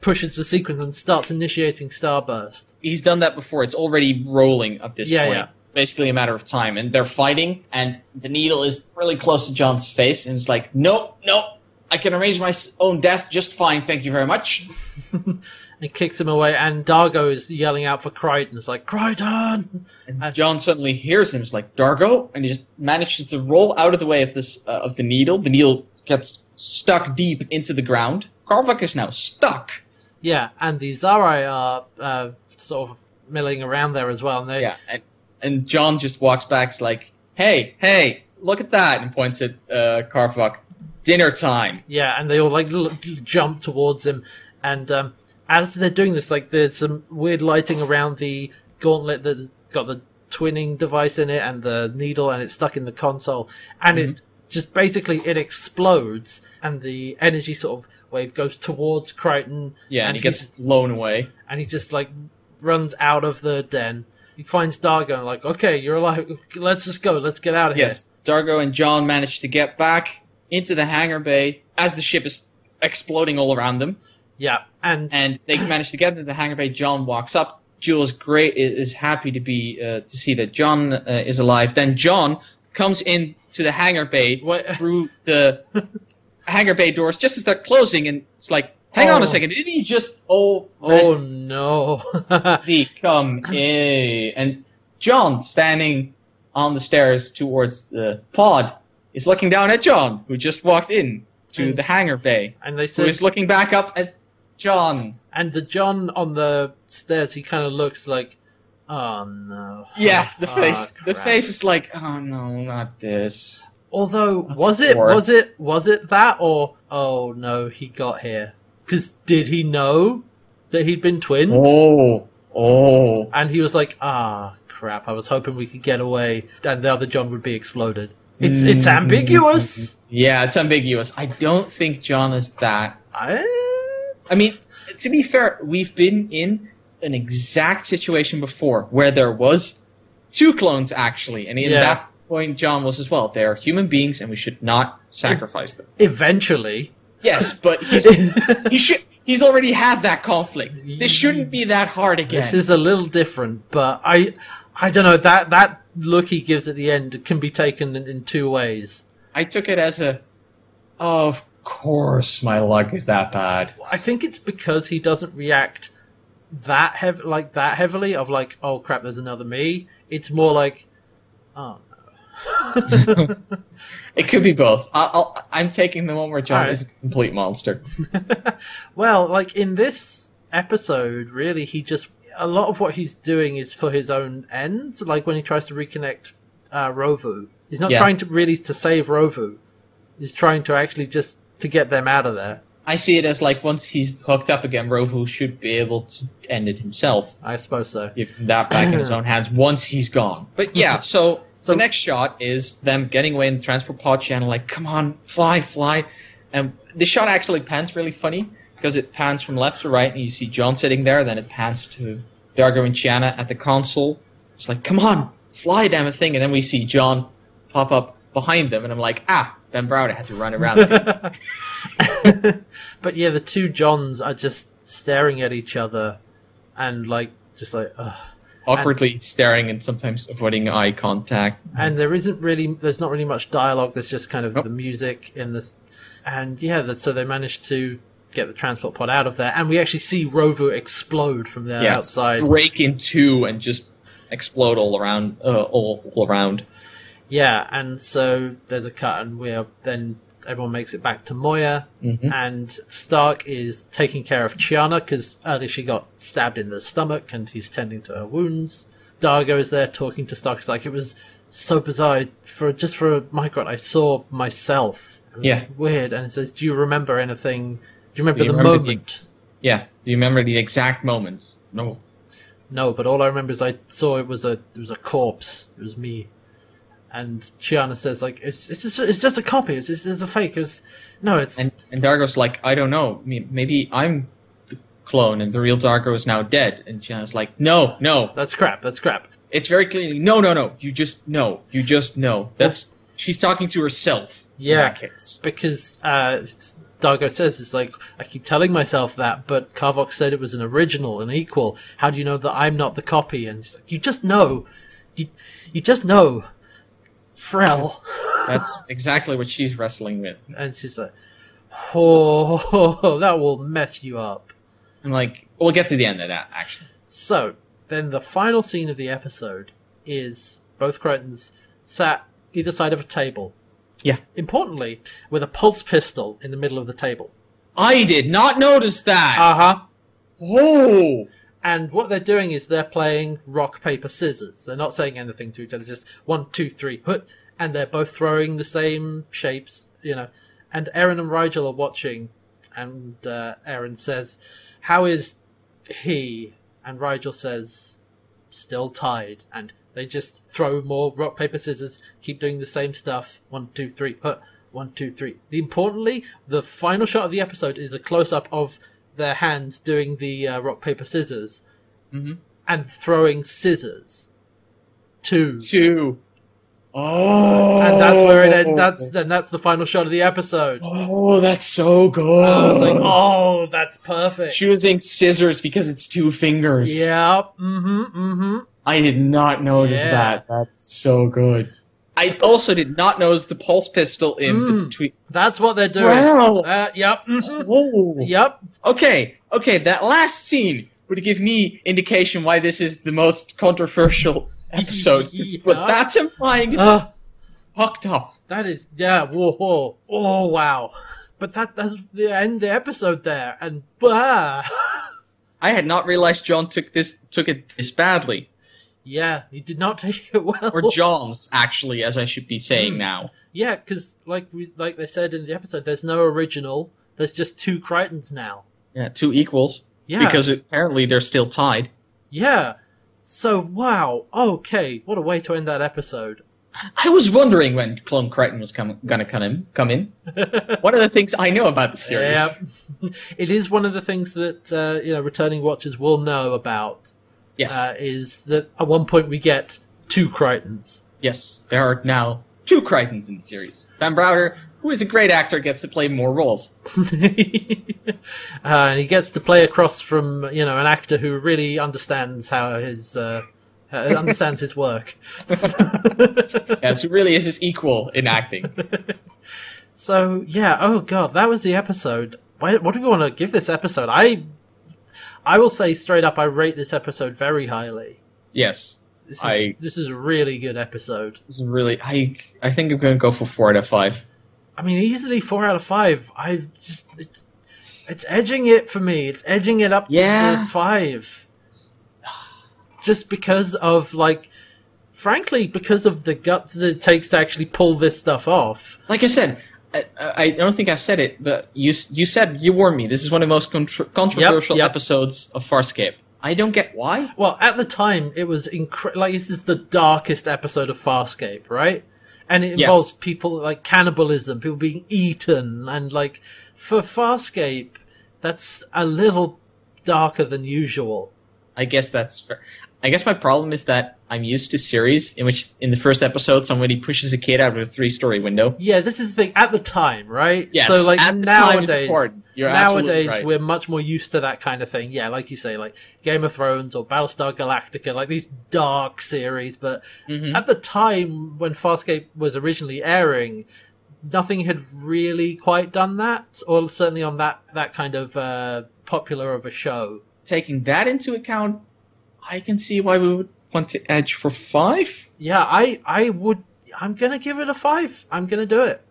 pushes the sequence and starts initiating Starburst. he's done that before. It's already rolling up this Yeah, point. yeah. Basically a matter of time. And they're fighting, and the needle is really close to John's face, and it's like, nope, nope. I can arrange my s- own death just fine, thank you very much. And kicks him away, and Dargo is yelling out for Crichton. It's like Crichton, And John suddenly hears him. He's like, Dargo, and he just manages to roll out of the way of this uh, of the needle. The needle gets stuck deep into the ground. Karvak is now stuck. Yeah, and the Zarai are uh, sort of milling around there as well. And they, Yeah, and, and John just walks back. He's like, hey, hey, look at that, and points at uh, Karvak. Dinner time. yeah, and they all like l- jump towards him. And um, as they're doing this, like there's some weird lighting around the gauntlet that's got the twinning device in it and the needle, and it's stuck in the console, and Mm-hmm. it just basically it explodes, and the energy sort of wave goes towards Crichton. Yeah, and, he he's gets blown away. and he just like runs out of the den. He finds Dargo and like, okay, you're alive. Let's just go. Let's get out of Yes, Dargo and John manage to get back into the hangar bay as the ship is exploding all around them, here. Yeah, and and they [LAUGHS] manage to get into the hangar bay. John walks up. Jules great is is happy to be uh, to see that John uh, is alive. Then John comes in to the hangar bay wait, through the hangar bay doors just as they're closing, and it's like, hang on Oh. a second, didn't he just oh [LAUGHS] oh no, [LAUGHS] the come in. And John, standing on the stairs towards the pod, is looking down at John, who just walked in to Mm. the hangar bay, and they who say, is looking back up at John. and the John on the stairs, he kind of looks like, oh no, Yeah, [LAUGHS] the Ah, face, the crap. face is like, oh no, not this. Although, Of was it, was course. it, was it that, or oh no, he got here? Because did he know that he'd been twinned? Oh, oh. And he was like, "Ah, crap! I was hoping we could get away, and the other John would be exploded." It's it's Mm. ambiguous. Yeah, it's ambiguous. I don't think John is that I... I mean, to be fair, we've been in an exact situation before where there was two clones actually, and in Yeah. that point, John was as well. They are human beings, and we should not sacrifice them. Eventually, Yes, [LAUGHS] but he's this he should he's already had that conflict. This shouldn't be that hard again. is a little different, but I I don't know that that look he gives at the end can be taken in, in two ways. I took it as a, of course, my luck is that bad. I think it's because he doesn't react that heav- like that heavily of like, "Oh crap, there's another me." It's more like, "Oh." no." It could be both. I, I'll, I'm taking the one where John Alright. is a complete monster. Well, like in this episode, really, he just a lot of what he's doing is for his own ends. Like when he tries to reconnect uh, Rovu, he's not Yeah. trying to really to save Rovu. He's trying to actually just to get them out of there. I see it as like once he's hooked up again, Rovu should be able to end it himself. I suppose so. Give that back in his own hands once he's gone. But yeah, so, So- the next shot is them getting away in the transport pod channel, like, come on, fly, fly. And this shot actually pans really funny because it pans from left to right, and you see John sitting there, then it pans to Dargo and Chiana at the console. It's like, come on, fly, damn a thing. And then we see John pop up behind them, and I'm like, ah, Ben Browder had to run around again. but yeah, the two Johns are just staring at each other, and like just like, Ugh. awkwardly staring and sometimes avoiding eye contact. and there isn't really there's not really much dialogue. There's just kind of Nope. the music in this, and yeah, that, so they managed to get the transport pod out of there, and we actually see Rover explode from there Yeah, outside. break in two and just explode all around, uh, all, all around. Yeah, and so there's a cut, and we're then everyone makes it back to Moya, Mhm. and Stark is taking care of Chiana because earlier she got stabbed in the stomach, and he's tending to her wounds. Dargo is there talking to Stark. He's like, "It was so bizarre. For just for a micron, I saw myself. It was Yeah. weird." And it says, "Do you remember anything? Do you remember Do you the remember the moment?" Yeah, do you remember the exact moment? No. No, but all I remember is I saw it was a it was a corpse. It was me. And Chiana says like it's it's just it's just a copy. It's it's, it's a fake. It's no, it's And and Dargo's like, I don't know, m- maybe I'm the clone and the real Dargo is now dead. And Janna's like, No, no, that's crap. That's crap. it's very clearly no, no, no. You just know, you just know. That's she's talking to herself. Yeah. in that case. Because uh, it's- Dargo says it's like I keep telling myself that, but Carvox said it was an original, an equal. How do you know that I'm not the copy? And she's like, you just know, you you just know, Frel. That's exactly what she's wrestling with. And she's like, oh, [LAUGHS] that will mess you up. I'm like, we'll get to the end of that actually. So then the final scene of the episode is both Crichtons sat either side of a table. Yeah. Importantly, with a pulse pistol in the middle of the table. I did not notice that. Uh huh. oh, And what they're doing is they're playing rock, paper, scissors. They're not saying anything to each other, just one, two, three, hut. And they're both throwing the same shapes, you know. And Aaron and Rigel are watching, and uh, Aaron says, How is he? And Rigel says, still tied, and they just throw more rock, paper, scissors, keep doing the same stuff. One, two, three, put. One, two, three. The, importantly, the final shot of the episode is a close up of their hands doing the uh, rock, paper, scissors Mhm. and throwing scissors. Two. Two. Oh. And that's where it ends. That's then. That's the final shot of the episode. Oh, that's so good. I was like, oh, that's perfect. Choosing scissors because it's two fingers. Yeah. Mm-hmm. Mm-hmm. I did not notice Yeah. that. That's so good. I also did not notice the pulse pistol in Mm. between. That's what they're doing. Wow. Uh, yep. mhm, Oh. Yep. Okay, okay, that last scene would give me indication why this is the [LAUGHS] most controversial episode. Yeah. But that's implying it's Uh, fucked up. that is yeah. Whoa, whoa. Oh wow. But that that's the end of the episode there. And bah. [LAUGHS] I had not realized John took this took it this badly. yeah, he did not [LAUGHS] take it well. Or John's, actually, as I should be saying Hmm. now. yeah, because like we like they said in the episode, there's no original. There's just two Crichtons now. Yeah, two equals. Yeah. Because apparently they're still tied. yeah. So wow. Okay. What a way to end that episode. [LAUGHS] I was wondering when Clone Crichton was com- gonna come in, come in. One of the things I know about the series. Yeah. [LAUGHS] it is one of the things that uh, you know returning watchers will know about Yes. uh, is that at one point we get two [LAUGHS] Crichtons. Yes, there are now two Crichtons in the series. Van Browder, who is a great actor, gets to play more roles. uh, and he gets to play across from you know an actor who really understands how his uh, [LAUGHS] uh, understands his work. [LAUGHS] Yes, who really is his equal in [LAUGHS] acting. so yeah, oh god, that was the episode. Why, what do we want to give this episode? I I will say straight up, I rate this episode very highly. Yes, This is, I- this is a really good episode. this is really. I I think I'm going to go for four out of five. I mean, easily four out of five. I just it's it's edging it for me. It's edging it up to Yeah. the five, just because of like, frankly, because of the guts that it takes to actually pull this stuff off. Like I said, I, I don't think I've said it, but you s- you said you warned me. This is one of the most contr controversial yep. episodes of Farscape. I don't get why. Well, at the time, it was incre- like this is the darkest episode of Farscape, right? And it Yes. involves people like cannibalism, people being eaten, and like for Farscape, that's a little darker than usual. I guess that's. Fair. I guess my problem is that I'm used to series in which, in the first episode, somebody pushes a kid out of a three-story window. Yeah, this is the thing at the time, right? Yes, So like at the time nowadays, is important. You're absolutely nowadays right. we're much more used to that kind of thing. Yeah, like you say, like Game of Thrones or Battlestar Galactica, like these dark series. But Mhm. at the time when Farscape was originally airing, nothing had really quite done that, or certainly on that that kind of uh, popular of a show. taking that into account, I can see why we would want to edge for five. Yeah, I I would. I'm gonna give it a five. I'm gonna do it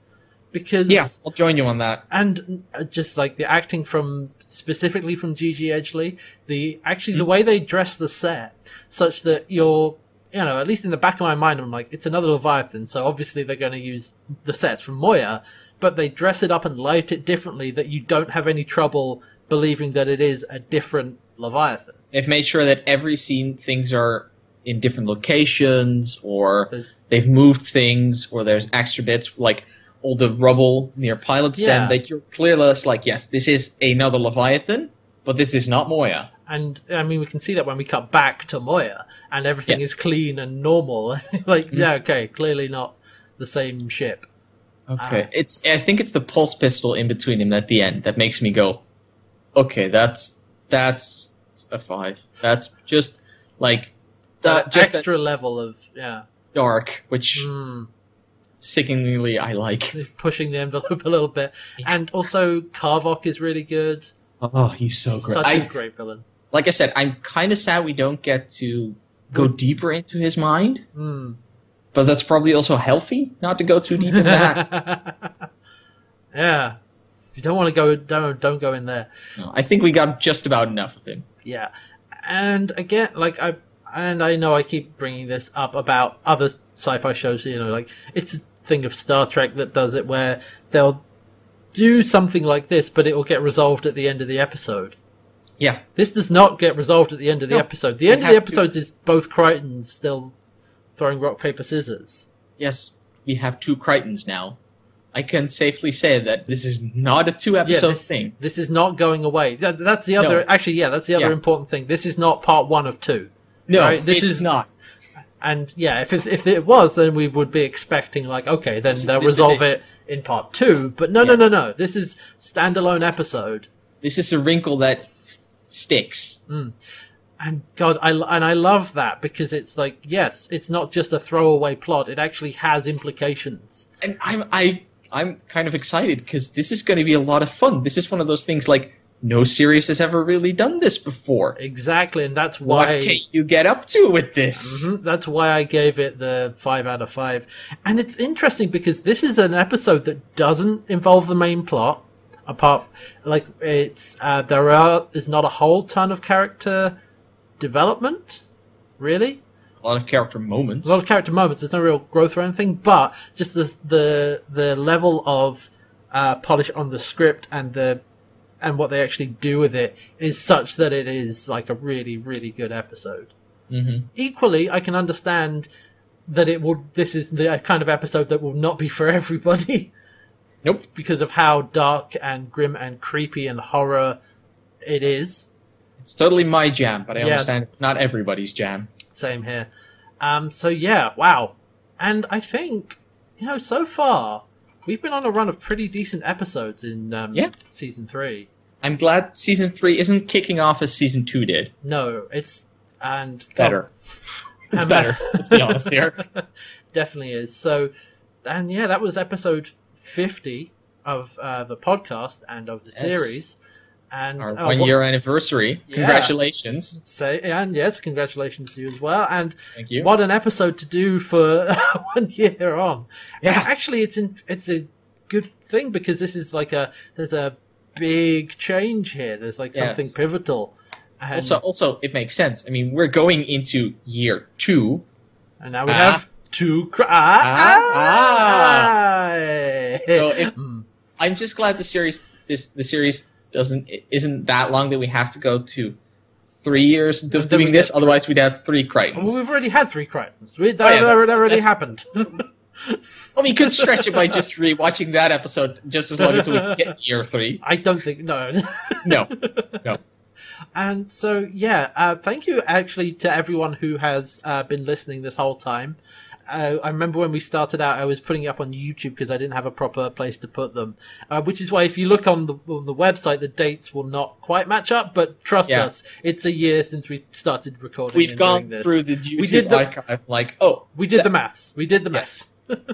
because I'll join you on that. and uh, just like the acting from specifically from Gigi Edgley, the actually the way they dress the set, such that you're you know at least in the back of my mind, I'm like it's another Leviathan, so obviously they're going to use the sets from Moya, but they dress it up and light it differently that you don't have any trouble believing that it is a different Leviathan. They've made sure that every scene things are in different locations, or There's- they've moved things, or there's extra bits like all the rubble near Pilot's Yeah. Den that you're clearly like, yes, this is another Leviathan, but this is not Moya. And I mean, we can see that when we cut back to Moya, and everything Yes. is clean and normal. [LAUGHS] like, yeah, okay, clearly not the same ship. Okay, Ah. it's I think it's the pulse pistol in between him at the end that makes me go, okay, that's that's a five. That's just like that that just Hmm. that Uh, extra level of yeah dark, which mm, sickeningly I like. pushing the envelope a little bit and also Karvok is really good Oh, he's so great. such a I, great villain like I said, I'm kind of sad we don't get to go deeper into his mind, [LAUGHS] mm. but that's probably also healthy not to go too deep in that. [LAUGHS] yeah you don't want to go don't don't go in there No, I think we got just about enough of him. yeah and again like i and i know i keep bringing this up about other sci-fi shows you know like it's a thing of star trek that does it where they'll do something like this but it will get resolved at the end of the episode Yeah. This does not get resolved at the end of the No, episode. The we end of the have to- episode is both Crichtons still throwing rock, paper, scissors. Yes, we have two Crichtons now. I can safely say that this is not a two Yeah, episode this, thing. this is not going away. That- that's the other. No. Actually, yeah, that's the other Yeah. important thing. This is not part one of two. No, Right, this this is- is not. And yeah, if it, if it was, then we would be expecting like, okay, then This- they'll this is resolve it. it. in part two. But no, no, no, no. This is standalone episode. This is a wrinkle that sticks. Mm. And God, I lo- and I love that because it's like, yes, it's not just a throwaway plot. It actually has implications. And I'm I I'm kind of excited because this is going to be a lot of fun. This is one of those things like no series has ever really done this before. Exactly, and that's why. What can you get up to with this? Mhm, That's why I gave it the five out of five. And it's interesting because this is an episode that doesn't involve the main plot. Apart, like it's uh, there are is not a whole ton of character development, really. A lot of character moments. A lot of character moments. There's no real growth or anything, but just this, the the level of uh, polish on the script and the and what they actually do with it is such that it is like a really really good episode hmm equally, I can understand that it would. This is the kind of episode that will not be for [LAUGHS] everybody Nope. because of how dark and grim and creepy and horror it is. It's totally my jam, but I Yeah. understand it's not everybody's jam. Same here. Um, so yeah, wow. And I think you know, so far we've been on a run of pretty decent episodes in um, Yeah. season three. I'm glad season three isn't kicking off as season two Oh, did. No, it's and Better. It's And- better. Let's be honest here. definitely is. So, and yeah, that was episode fifty of uh, the podcast and of the Yes. series. And Our uh, one what- year anniversary. Yeah. Congratulations. Say and yes, congratulations to you as well. And Thank you. what an episode to do for [LAUGHS] one year on. Yeah. Actually, it's in, it's a good thing because this is like a there's a big change here. There's like Yes. something pivotal. And, Also, also, it makes sense. I mean, we're going into year two. and now we Ah. have two. Cr- ah, ah, ah. So if- Hmm. I'm just glad the series this the series doesn't isn't that long that we have to go to three years Then of we doing get this. three- Otherwise, we'd have three Well, Crichtons. we've already had three crimes. We, that, Oh, yeah, that, but that already that's- [LAUGHS] happened. Well, we could stretch it by just [LAUGHS] rewatching that episode just as long as we get year three. I don't think no. No, and so yeah, uh, thank you actually to everyone who has uh, been listening this whole time. Uh, I remember when we started out, I was putting it up on YouTube because I didn't have a proper place to put them, uh, which is why if you look on the, on the website, the dates will not quite match up. But trust Yeah. us, it's a year since we started recording. we've and doing gone this. through the YouTube did the- archive. Like, oh, We did the maths. We did the maths.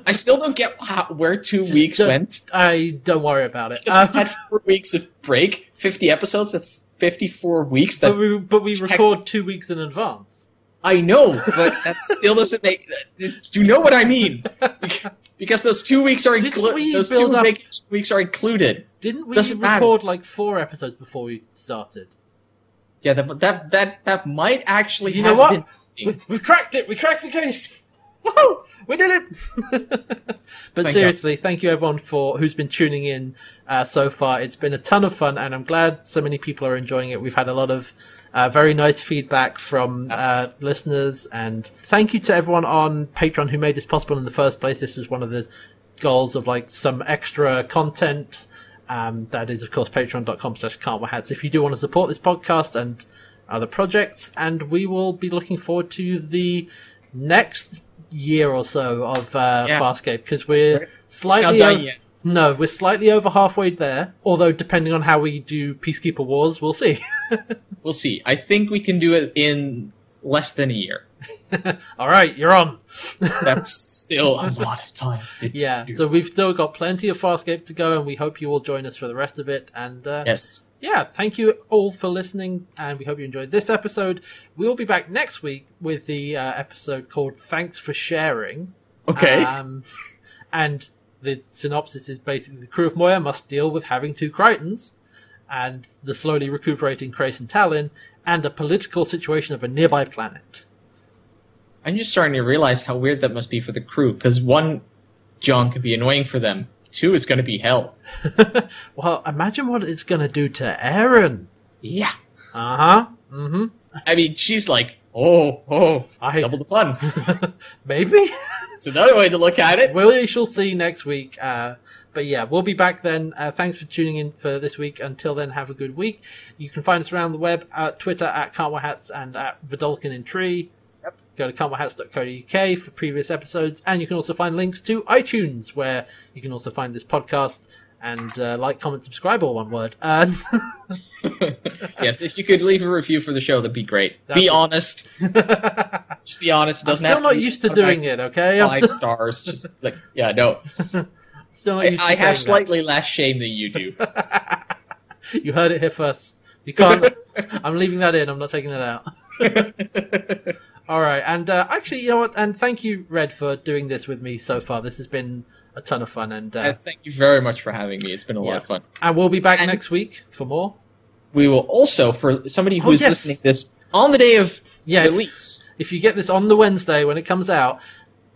I still don't get how, where two Just weeks don't- went. I don't worry about it. Because we Um, had four weeks of break, fifty episodes. That's fifty-four weeks. but That we, but we tech- record two weeks in advance. I know, but that still doesn't make. Do you know what I mean? Because those two weeks are Didn't we included. Those two build up- vacation weeks are included. Didn't we Doesn't matter. record like four episodes before we started? Yeah, that that that that might actually. You know have what? been- We, we've cracked it. We cracked the case. Woohoo! We did it. [LAUGHS] but Thank seriously, thank you everyone for who's been tuning in uh, so far. It's been a ton of fun, and I'm glad so many people are enjoying it. We've had a lot of uh, very nice feedback from uh, listeners, and thank you to everyone on Patreon who made this possible in the first place. This was one of the goals of like some extra content. Um, that is, of course, patreon.com slash hats. If you do want to support this podcast and other projects, and we will be looking forward to the next year or so of uh, Yeah. Farscape because we're We're Not slightly done o- yet. no, we're slightly over halfway there. Although, depending on how we do Peacekeeper Wars, we'll see. [LAUGHS] We'll see. I think we can do it in less than a year. All right, you're on. [LAUGHS] That's still a lot of time. Yeah, Dude. so we've still got plenty of Farscape to go, and we hope you will join us for the rest of it. And uh, Yes. yeah, thank you all for listening, and we hope you enjoyed this episode. We'll be back next week with the uh, episode called Thanks for Sharing. Okay. Um, and the synopsis is basically the crew of Moya must deal with having two Crichtons and the slowly recuperating Krace and Talon and a political situation of a nearby planet. [LAUGHS] I'm just starting to realize how weird that must be for the crew, because one, John could be annoying for them. Two is going to be hell. well, imagine what it's going to do to Aaron. Yeah. Uh huh. Mm I mean, she's like, oh, oh, I- double the fun. hmm. [LAUGHS] Maybe. It's another way to look at it. Well, we shall see next week. Uh, but yeah, we'll be back then. Uh, thanks for tuning in for this week. Until then, have a good week. You can find us around the web at Twitter at Cartwell Hats and at Vidalkin and Tree. Yep. Go to cartwellhats.co.uk for previous episodes. And you can also find links to iTunes, where you can also find this podcast. And uh, like, comment, subscribe, all one word. [LAUGHS] [LAUGHS] Uh, yes, if you could leave a review for the show, that'd be great. That'd be- Be honest. I'm Just be honest. It doesn't still have to not be used to automatic doing it, okay? I'm Five still, stars. Just like, yeah, [LAUGHS] no. still not I, used to I saying have that. slightly less shame than you do. You heard it here first. You [LAUGHS] can't. I'm leaving that in. I'm not taking that out. [LAUGHS] All right, and uh, actually, you know what? And thank you, Red, for doing this with me so far. This has been a ton of fun, and Uh, uh, thank you very much for having me. It's been a lot of fun. and we'll be back and- next week for more. We will also, for somebody Oh, who's yes. listening to this on the day of Yeah, if- release, If you get this on the Wednesday when it comes out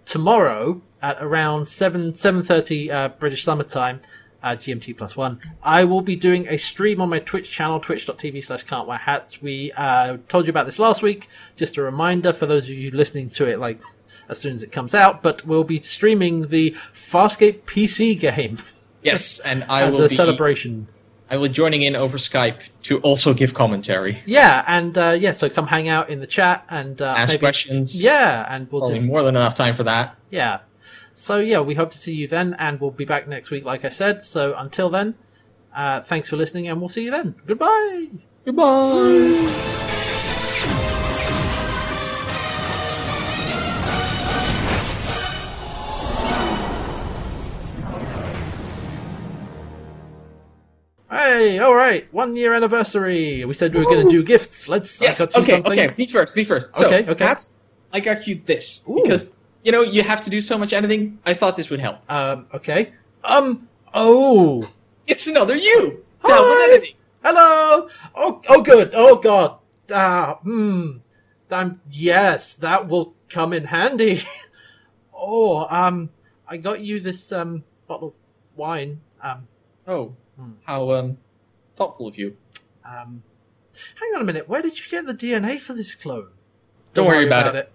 tomorrow at around seven seven thirty uh, British Summer Time. Uh, GMT plus one. I will be doing a stream on my Twitch channel, twitch.tv slash can't wear hats. We uh, told you about this last week. Just a reminder for those of you listening to it, like as soon as it comes out, but we'll be streaming the Farscape PC [LAUGHS] game yes, and I as will a be celebration. I will be joining in over Skype to also give commentary, Yeah, and uh, yeah, so come hang out in the chat and uh, ask maybe- questions. Yeah, and we'll Probably just more than enough time for that. yeah. So yeah, we hope to see you then, and we'll be back next week, like I said. So until then, uh, thanks for listening, and we'll see you then. Goodbye. Goodbye. Hey, all right, one year anniversary. We said we were going to do gifts. Let's. I Yes. got you Okay. something. Okay. Me first. Me first. So, Okay, okay. Hats, I got you this Ooh. because you know you have to do so much editing. I thought this would help. Um. Okay. Um. Oh. It's another you. Hi. Down with editing. Hello. Oh. Oh. Good. Oh God. Ah. Hmm. Um. Yes. That will come in handy. [LAUGHS] oh. Um. I got you this um bottle of wine. Um. Oh, Hmm. how um thoughtful of you. Um. Hang on a minute. Where did you get the DNA for this clone? Don't worry about it. it.